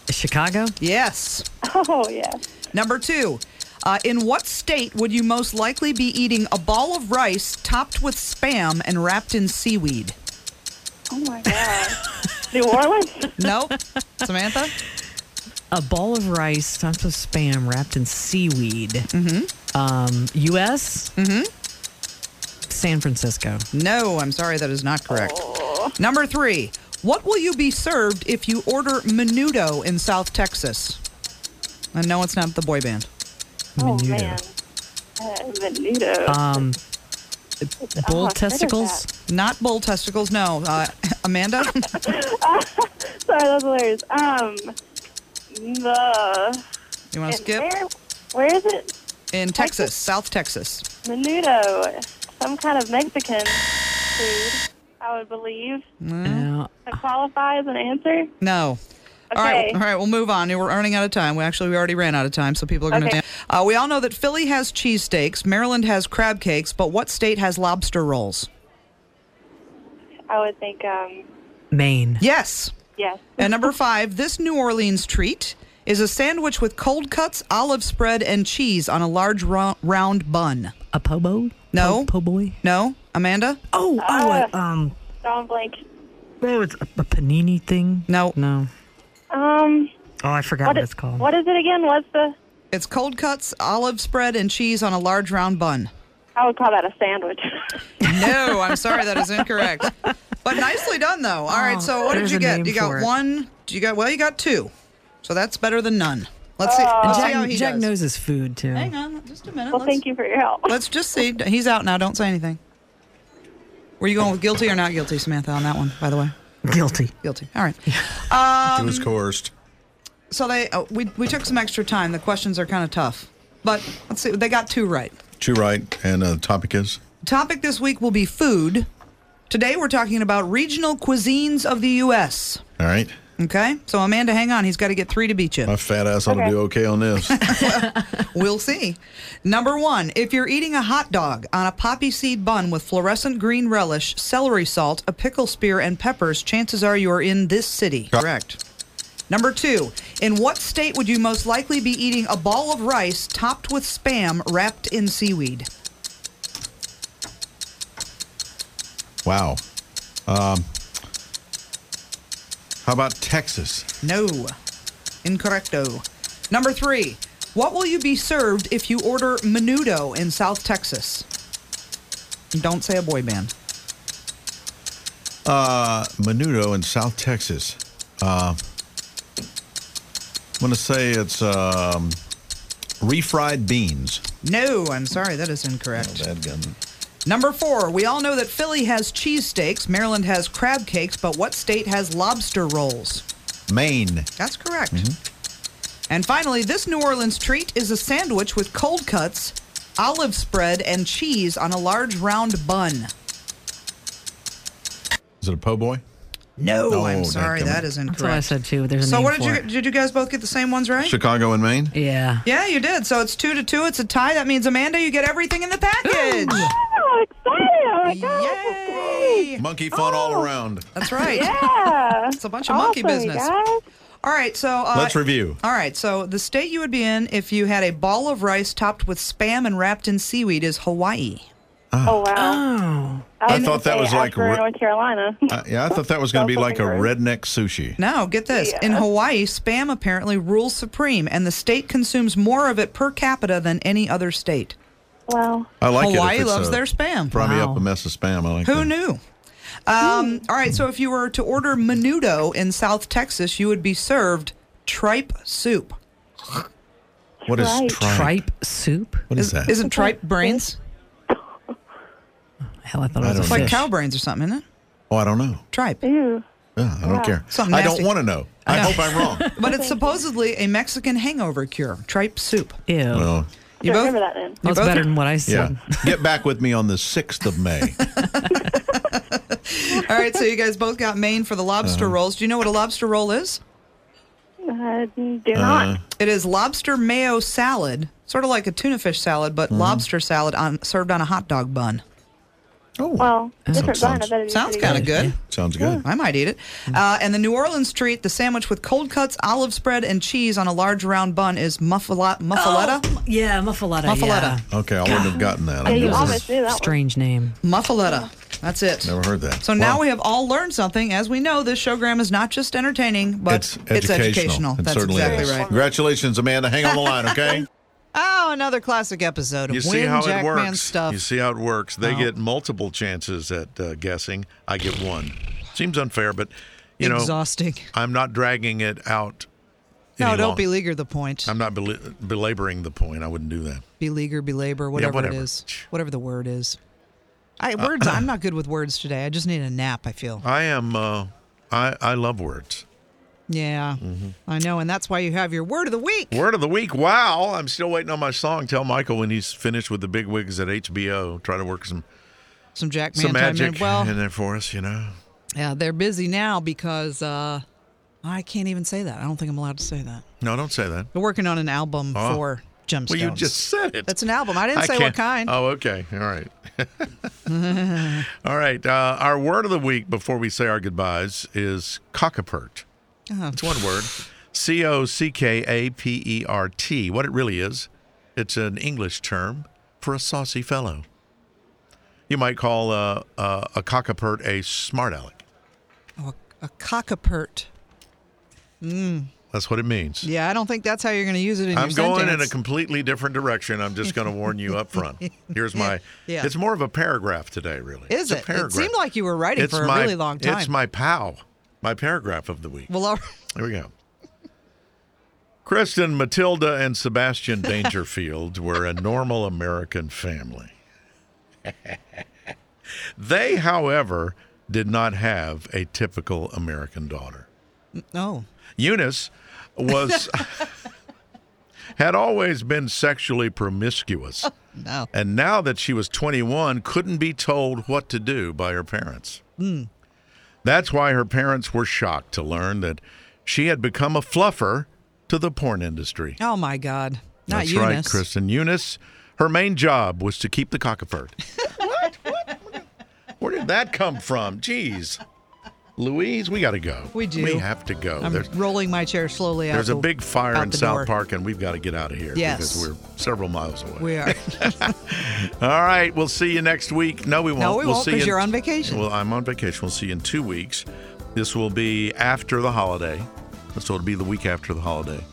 [SPEAKER 7] Chicago.
[SPEAKER 3] Yes.
[SPEAKER 8] Oh, yeah.
[SPEAKER 3] Number two, uh, in what state would you most likely be eating a ball of rice topped with spam and wrapped in seaweed?
[SPEAKER 7] (laughs)
[SPEAKER 8] Oh, my God. New Orleans? (laughs)
[SPEAKER 3] Nope. Samantha?
[SPEAKER 7] A ball of rice, tons of spam wrapped in seaweed. Mm-hmm. Um, U.S. Mm-hmm. San Francisco.
[SPEAKER 3] No, I'm sorry, that is not correct. Number three, what will you be served if you order menudo in South Texas? And no, it's not the boy band.
[SPEAKER 8] Oh,
[SPEAKER 7] Menudo.
[SPEAKER 8] man. Uh, Menudo.
[SPEAKER 7] Um,
[SPEAKER 8] Oh,
[SPEAKER 7] bull
[SPEAKER 8] I've heard of
[SPEAKER 7] testicles.
[SPEAKER 3] Not bull testicles, no. Uh, (laughs) Amanda?
[SPEAKER 8] Sorry, that's hilarious. Um, the.
[SPEAKER 3] You want to
[SPEAKER 8] and
[SPEAKER 3] skip?
[SPEAKER 8] Where, where is it?
[SPEAKER 3] In Texas, South Texas.
[SPEAKER 8] Menudo. Some kind of Mexican food, I would believe.
[SPEAKER 7] Uh,
[SPEAKER 8] To qualify as an answer?
[SPEAKER 3] No. All right,
[SPEAKER 8] Okay.
[SPEAKER 3] all right, we'll move on. We're running out of time. We actually we already ran out of time, so people are going to.
[SPEAKER 8] Okay.
[SPEAKER 3] Uh, we all know that Philly has cheesesteaks, Maryland has crab cakes, but what state has lobster rolls?
[SPEAKER 8] I would think, um,
[SPEAKER 7] Maine.
[SPEAKER 3] Yes.
[SPEAKER 8] yes.
[SPEAKER 3] And number five, this New Orleans treat is a sandwich with cold cuts, olive spread, and cheese on a large ro- round bun.
[SPEAKER 7] A pobo?
[SPEAKER 3] No.
[SPEAKER 7] Po, po boy?
[SPEAKER 3] No, Amanda?
[SPEAKER 7] Oh, oh, a, um,
[SPEAKER 8] Don Blank.
[SPEAKER 7] oh, it's a, a panini thing.
[SPEAKER 3] No.
[SPEAKER 7] No.
[SPEAKER 8] Um,
[SPEAKER 7] Oh, I forgot what,
[SPEAKER 8] what is,
[SPEAKER 7] it's called.
[SPEAKER 8] what is it again? What's the.
[SPEAKER 3] It's cold cuts, olive spread, and cheese on a large round bun.
[SPEAKER 8] I would call that a sandwich. (laughs)
[SPEAKER 3] No, I'm sorry, that is incorrect. But nicely done, though. All right, so what did
[SPEAKER 7] Oh, there's
[SPEAKER 3] you
[SPEAKER 7] a
[SPEAKER 3] get?
[SPEAKER 7] name
[SPEAKER 3] You got
[SPEAKER 7] for it.
[SPEAKER 3] one. You got well. You got two. So that's better than none. Let's see.
[SPEAKER 7] And
[SPEAKER 3] let's see how
[SPEAKER 7] Oh. Jack,
[SPEAKER 3] he
[SPEAKER 7] Jack
[SPEAKER 3] does.
[SPEAKER 7] knows his food too.
[SPEAKER 3] Hang on, just a minute.
[SPEAKER 8] well,
[SPEAKER 3] let's,
[SPEAKER 8] thank you for your help. (laughs)
[SPEAKER 3] Let's just see. He's out now. Don't say anything. Were you going with guilty or not guilty, Samantha? On that one, by the way,
[SPEAKER 7] Guilty.
[SPEAKER 3] guilty. All right.
[SPEAKER 9] He was coerced.
[SPEAKER 3] So they uh, we we took some extra time. The questions are kind of tough, but let's see. They got two right.
[SPEAKER 9] Two right, and uh, the topic is
[SPEAKER 3] Topic this week will be food. Today we're talking about regional cuisines of the U.S.
[SPEAKER 9] all right.
[SPEAKER 3] Okay, so Amanda, hang on. He's got to get three to beat you.
[SPEAKER 9] My fat ass ought to
[SPEAKER 8] Okay.
[SPEAKER 9] do okay on this.
[SPEAKER 3] We'll see. Number one, if you're eating a hot dog on a poppy seed bun with fluorescent green relish, celery salt, a pickle spear, and peppers, chances are you're in this city. Correct. Number two, in what state would you most likely be eating a ball of rice topped with spam wrapped in seaweed?
[SPEAKER 9] wow. Um, how about Texas?
[SPEAKER 3] No. Incorrecto. Number three, what will you be served if you order menudo in South Texas? Don't say a boy band.
[SPEAKER 9] Uh, Menudo in South Texas. Uh, I'm going to say it's um, refried beans.
[SPEAKER 3] No, I'm sorry, that is incorrect.
[SPEAKER 9] Bad gun.
[SPEAKER 3] Number four, we all know that Philly has cheesesteaks, Maryland has crab cakes, but what state has lobster rolls?
[SPEAKER 9] Maine.
[SPEAKER 3] That's correct. And finally, this New Orleans treat is a sandwich with cold cuts, olive spread, and cheese on a large round bun.
[SPEAKER 9] Is it a po' boy?
[SPEAKER 3] No,
[SPEAKER 9] No,
[SPEAKER 3] Oh, I'm sorry,
[SPEAKER 9] dadgummit.
[SPEAKER 3] that is
[SPEAKER 7] That's what I
[SPEAKER 3] incorrect.
[SPEAKER 7] said too. There's a
[SPEAKER 3] So
[SPEAKER 7] name
[SPEAKER 3] what did
[SPEAKER 7] for
[SPEAKER 3] you
[SPEAKER 7] it.
[SPEAKER 3] did you guys both get the same ones right?
[SPEAKER 9] Chicago and Maine?
[SPEAKER 7] Yeah.
[SPEAKER 3] Yeah, you did. So it's two to two. It's a tie. That means Amanda, you get everything in the package.
[SPEAKER 8] Oh, excited! Oh my gosh, that's great!
[SPEAKER 3] Yay!
[SPEAKER 9] Monkey fun all around.
[SPEAKER 3] That's right.
[SPEAKER 8] Yeah, it's
[SPEAKER 3] a bunch of monkey business.
[SPEAKER 8] Guys.
[SPEAKER 3] All right, so uh,
[SPEAKER 9] Let's review.
[SPEAKER 3] All right, so the state you would be in if you had a ball of rice topped with spam and wrapped in seaweed is Hawaii.
[SPEAKER 8] Oh wow!
[SPEAKER 7] Oh.
[SPEAKER 8] was
[SPEAKER 9] I thought that
[SPEAKER 8] gonna say
[SPEAKER 9] was like
[SPEAKER 8] Ashburn,
[SPEAKER 9] re-
[SPEAKER 8] North Carolina. (laughs)
[SPEAKER 9] Uh, yeah, I thought that was going to be like a redneck sushi.
[SPEAKER 3] Now, get this. In
[SPEAKER 8] Yeah.
[SPEAKER 3] Hawaii, spam apparently rules supreme, and the state consumes more of it per capita than any other state.
[SPEAKER 8] wow.
[SPEAKER 9] I like it.
[SPEAKER 3] Hawaii
[SPEAKER 9] if it's
[SPEAKER 3] loves
[SPEAKER 9] a-
[SPEAKER 3] their spam.
[SPEAKER 9] Fry me
[SPEAKER 7] Wow.
[SPEAKER 9] up a mess of spam. I like
[SPEAKER 3] Who
[SPEAKER 9] that.
[SPEAKER 3] knew? Um, all right, so if you were to order menudo in South Texas, you would be served tripe soup.
[SPEAKER 9] What is
[SPEAKER 8] Tripe.
[SPEAKER 9] tripe?
[SPEAKER 7] Tripe soup?
[SPEAKER 9] What is that?
[SPEAKER 3] Isn't tripe brains?
[SPEAKER 7] Hell, I thought
[SPEAKER 9] I
[SPEAKER 7] it was a
[SPEAKER 9] don't
[SPEAKER 3] It's like
[SPEAKER 7] fish.
[SPEAKER 3] cow brains or something, isn't it?
[SPEAKER 9] oh, I don't know.
[SPEAKER 3] Tripe.
[SPEAKER 8] Ew.
[SPEAKER 9] Yeah, I don't care.
[SPEAKER 3] Something
[SPEAKER 9] I don't
[SPEAKER 3] nasty.
[SPEAKER 9] want to know. I, hope I'm wrong.
[SPEAKER 3] (laughs) But it's supposedly a Mexican hangover cure. Tripe soup.
[SPEAKER 7] Ew.
[SPEAKER 9] well,
[SPEAKER 3] You both
[SPEAKER 8] Remember that then.
[SPEAKER 7] That's
[SPEAKER 3] both-
[SPEAKER 7] better than what I
[SPEAKER 9] yeah.
[SPEAKER 7] said.
[SPEAKER 9] Get back with me on the 6th of
[SPEAKER 3] (laughs)
[SPEAKER 9] May.
[SPEAKER 3] All right, so you guys both got Maine for the lobster
[SPEAKER 9] Uh-huh.
[SPEAKER 3] rolls. Do you know what a lobster roll is?
[SPEAKER 8] I Uh, do
[SPEAKER 9] Uh,
[SPEAKER 8] not.
[SPEAKER 3] It is lobster mayo salad, sort of like a tuna fish salad, but
[SPEAKER 9] Mm-hmm.
[SPEAKER 3] lobster salad on served on a hot dog bun.
[SPEAKER 9] Oh,
[SPEAKER 8] Well, different bun. I
[SPEAKER 9] sounds-
[SPEAKER 8] bet it'd be
[SPEAKER 3] Sounds
[SPEAKER 8] pretty
[SPEAKER 3] kind of good.
[SPEAKER 9] sounds good. Mm.
[SPEAKER 3] I might eat it. Uh, and the New Orleans treat, the sandwich with cold cuts, olive spread, and cheese on a large round bun is muffala- muffaletta.
[SPEAKER 7] Yeah, muffaletta.
[SPEAKER 3] Muffaletta.
[SPEAKER 7] Oh. Yeah.
[SPEAKER 9] Okay, I wouldn't have gotten that. I
[SPEAKER 8] Yeah, you
[SPEAKER 9] guess.
[SPEAKER 8] almost knew that one.
[SPEAKER 7] Strange name.
[SPEAKER 3] Muffaletta. That's it.
[SPEAKER 9] Never heard that.
[SPEAKER 3] So now
[SPEAKER 9] Wow.
[SPEAKER 3] we have all learned something. As we know, this showgram is not just entertaining, but it's, educational.
[SPEAKER 9] It
[SPEAKER 3] That's
[SPEAKER 9] certainly
[SPEAKER 3] exactly
[SPEAKER 9] is.
[SPEAKER 3] right.
[SPEAKER 9] Congratulations, Amanda. Hang on the line,
[SPEAKER 3] (laughs)
[SPEAKER 9] okay?
[SPEAKER 3] Oh, another classic episode of
[SPEAKER 4] You
[SPEAKER 3] Win
[SPEAKER 4] see how it
[SPEAKER 3] Jackman
[SPEAKER 4] works.
[SPEAKER 3] stuff.
[SPEAKER 4] You see how it works. They
[SPEAKER 3] Wow.
[SPEAKER 4] get multiple chances at uh, guessing. I get one. Seems unfair, but you know, (laughs)
[SPEAKER 3] Exhausting.
[SPEAKER 4] I'm not dragging it out.
[SPEAKER 3] No,
[SPEAKER 4] any
[SPEAKER 3] don't
[SPEAKER 4] longer.
[SPEAKER 3] beleaguer the point.
[SPEAKER 4] I'm not bel- belaboring the point. I wouldn't do that.
[SPEAKER 3] Beleaguer, belabor, whatever, it
[SPEAKER 4] whatever.
[SPEAKER 3] is, whatever the word is. I words.
[SPEAKER 4] (clears throat)
[SPEAKER 3] I'm not good with words today. I just need a nap. I feel.
[SPEAKER 4] I am. Uh, I I love words.
[SPEAKER 3] Yeah,
[SPEAKER 4] mm-hmm.
[SPEAKER 3] I know, and that's why you have your word of the week.
[SPEAKER 4] Word of the week. Wow. I'm still waiting on my song. Tell Michael when he's finished with the big wigs at HBO. Try to work some
[SPEAKER 3] Some Jack
[SPEAKER 4] some
[SPEAKER 3] Man time.
[SPEAKER 4] magic
[SPEAKER 3] in. Well,
[SPEAKER 4] in (laughs) there for us. You know.
[SPEAKER 3] yeah, they're busy now because uh, I can't even say that. I don't think I'm allowed to say that.
[SPEAKER 4] No, don't say that.
[SPEAKER 3] They're working on an album
[SPEAKER 4] Oh.
[SPEAKER 3] for Gemstones.
[SPEAKER 4] Well, you just said it.
[SPEAKER 3] That's an album. I didn't say what
[SPEAKER 4] can't-
[SPEAKER 3] kind.
[SPEAKER 4] Oh, okay. All right. (laughs) All right. Uh, our word of the week before we say our goodbyes is cockapert.
[SPEAKER 3] Oh.
[SPEAKER 4] It's one word. C O C K A P E R T. What it really is, it's an English term for a saucy fellow. You might call uh, uh, a cockapert a smart aleck.
[SPEAKER 3] Oh, a, a cockapert.
[SPEAKER 4] That's what it means.
[SPEAKER 3] Yeah, I don't think that's how you're going to use it in
[SPEAKER 4] I'm
[SPEAKER 3] your
[SPEAKER 4] going in a
[SPEAKER 3] sentence.
[SPEAKER 4] completely different direction. I'm just going to warn you
[SPEAKER 3] (laughs)
[SPEAKER 4] up front. Here's my.
[SPEAKER 3] Yeah.
[SPEAKER 4] It's more of a paragraph today, really.
[SPEAKER 3] Is
[SPEAKER 4] It's a
[SPEAKER 3] it? It
[SPEAKER 4] paragraph.
[SPEAKER 3] seemed like you were writing for a really long
[SPEAKER 4] It's
[SPEAKER 3] time.
[SPEAKER 4] my pow, my paragraph of the week.
[SPEAKER 3] well, all right.
[SPEAKER 4] Here we go. Kristen, Matilda, and Sebastian Dangerfield were a normal American family. (laughs) they, however, did not have a typical American daughter.
[SPEAKER 3] Oh,
[SPEAKER 4] Eunice
[SPEAKER 3] (laughs)
[SPEAKER 4] was had always been sexually promiscuous,
[SPEAKER 3] Oh, no.
[SPEAKER 4] and now that she was 21, couldn't be told what to do by her parents.
[SPEAKER 3] Hmm.
[SPEAKER 4] That's why her parents were shocked to learn that she had become a fluffer to the porn industry.
[SPEAKER 3] Oh, my God. Not
[SPEAKER 4] That's
[SPEAKER 3] Eunice.
[SPEAKER 4] right, Kristen. Eunice, her main job was to keep
[SPEAKER 3] (laughs)
[SPEAKER 4] the cockapert. what? what? Where did that come from? Jeez. Louise, we got to go.
[SPEAKER 3] We do.
[SPEAKER 4] We have to go.
[SPEAKER 3] I'm
[SPEAKER 4] There's-
[SPEAKER 3] rolling my chair slowly out.
[SPEAKER 4] there's a
[SPEAKER 3] the-
[SPEAKER 4] big fire
[SPEAKER 3] out
[SPEAKER 4] in
[SPEAKER 3] the
[SPEAKER 4] South
[SPEAKER 3] door.
[SPEAKER 4] Park, and we've got to get out of here
[SPEAKER 3] Yes.
[SPEAKER 4] because we're several miles away.
[SPEAKER 3] We
[SPEAKER 4] (laughs)
[SPEAKER 3] are.
[SPEAKER 4] All right, we'll see you next week. No, we won't.
[SPEAKER 3] No, we
[SPEAKER 4] We'll
[SPEAKER 3] won't,
[SPEAKER 4] see
[SPEAKER 3] 'cause
[SPEAKER 4] you in-
[SPEAKER 3] you're on vacation.
[SPEAKER 4] Well, I'm on vacation. We'll see you in two weeks. This will be after the holiday, so it'll be the week after the holiday.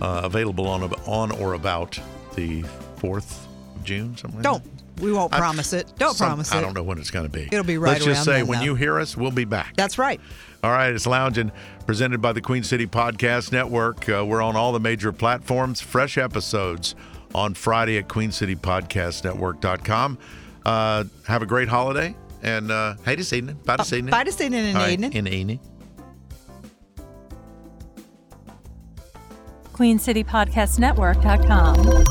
[SPEAKER 4] Uh, available on ab- on or about the fourth of June, somewhere.
[SPEAKER 3] don't. We won't
[SPEAKER 4] I-
[SPEAKER 3] promise it. Don't
[SPEAKER 4] Some-
[SPEAKER 3] promise it.
[SPEAKER 4] I don't know when it's going to be.
[SPEAKER 3] It'll be right
[SPEAKER 4] Let's just
[SPEAKER 3] around
[SPEAKER 4] say
[SPEAKER 3] then,
[SPEAKER 4] when
[SPEAKER 3] though.
[SPEAKER 4] you hear us, we'll be back.
[SPEAKER 3] That's right.
[SPEAKER 4] All right, it's Lounging, presented by the Queen City Podcast Network. Uh, we're on all the major platforms. Fresh episodes on Friday at queencitypodcastnetwork.com. Uh, have a great holiday, and uh, hey this evening. Bye this evening.
[SPEAKER 3] Bye to staying in
[SPEAKER 4] All
[SPEAKER 3] an
[SPEAKER 4] right,
[SPEAKER 3] evening.
[SPEAKER 4] in the evening.
[SPEAKER 1] QueenCityPodcastNetwork.com.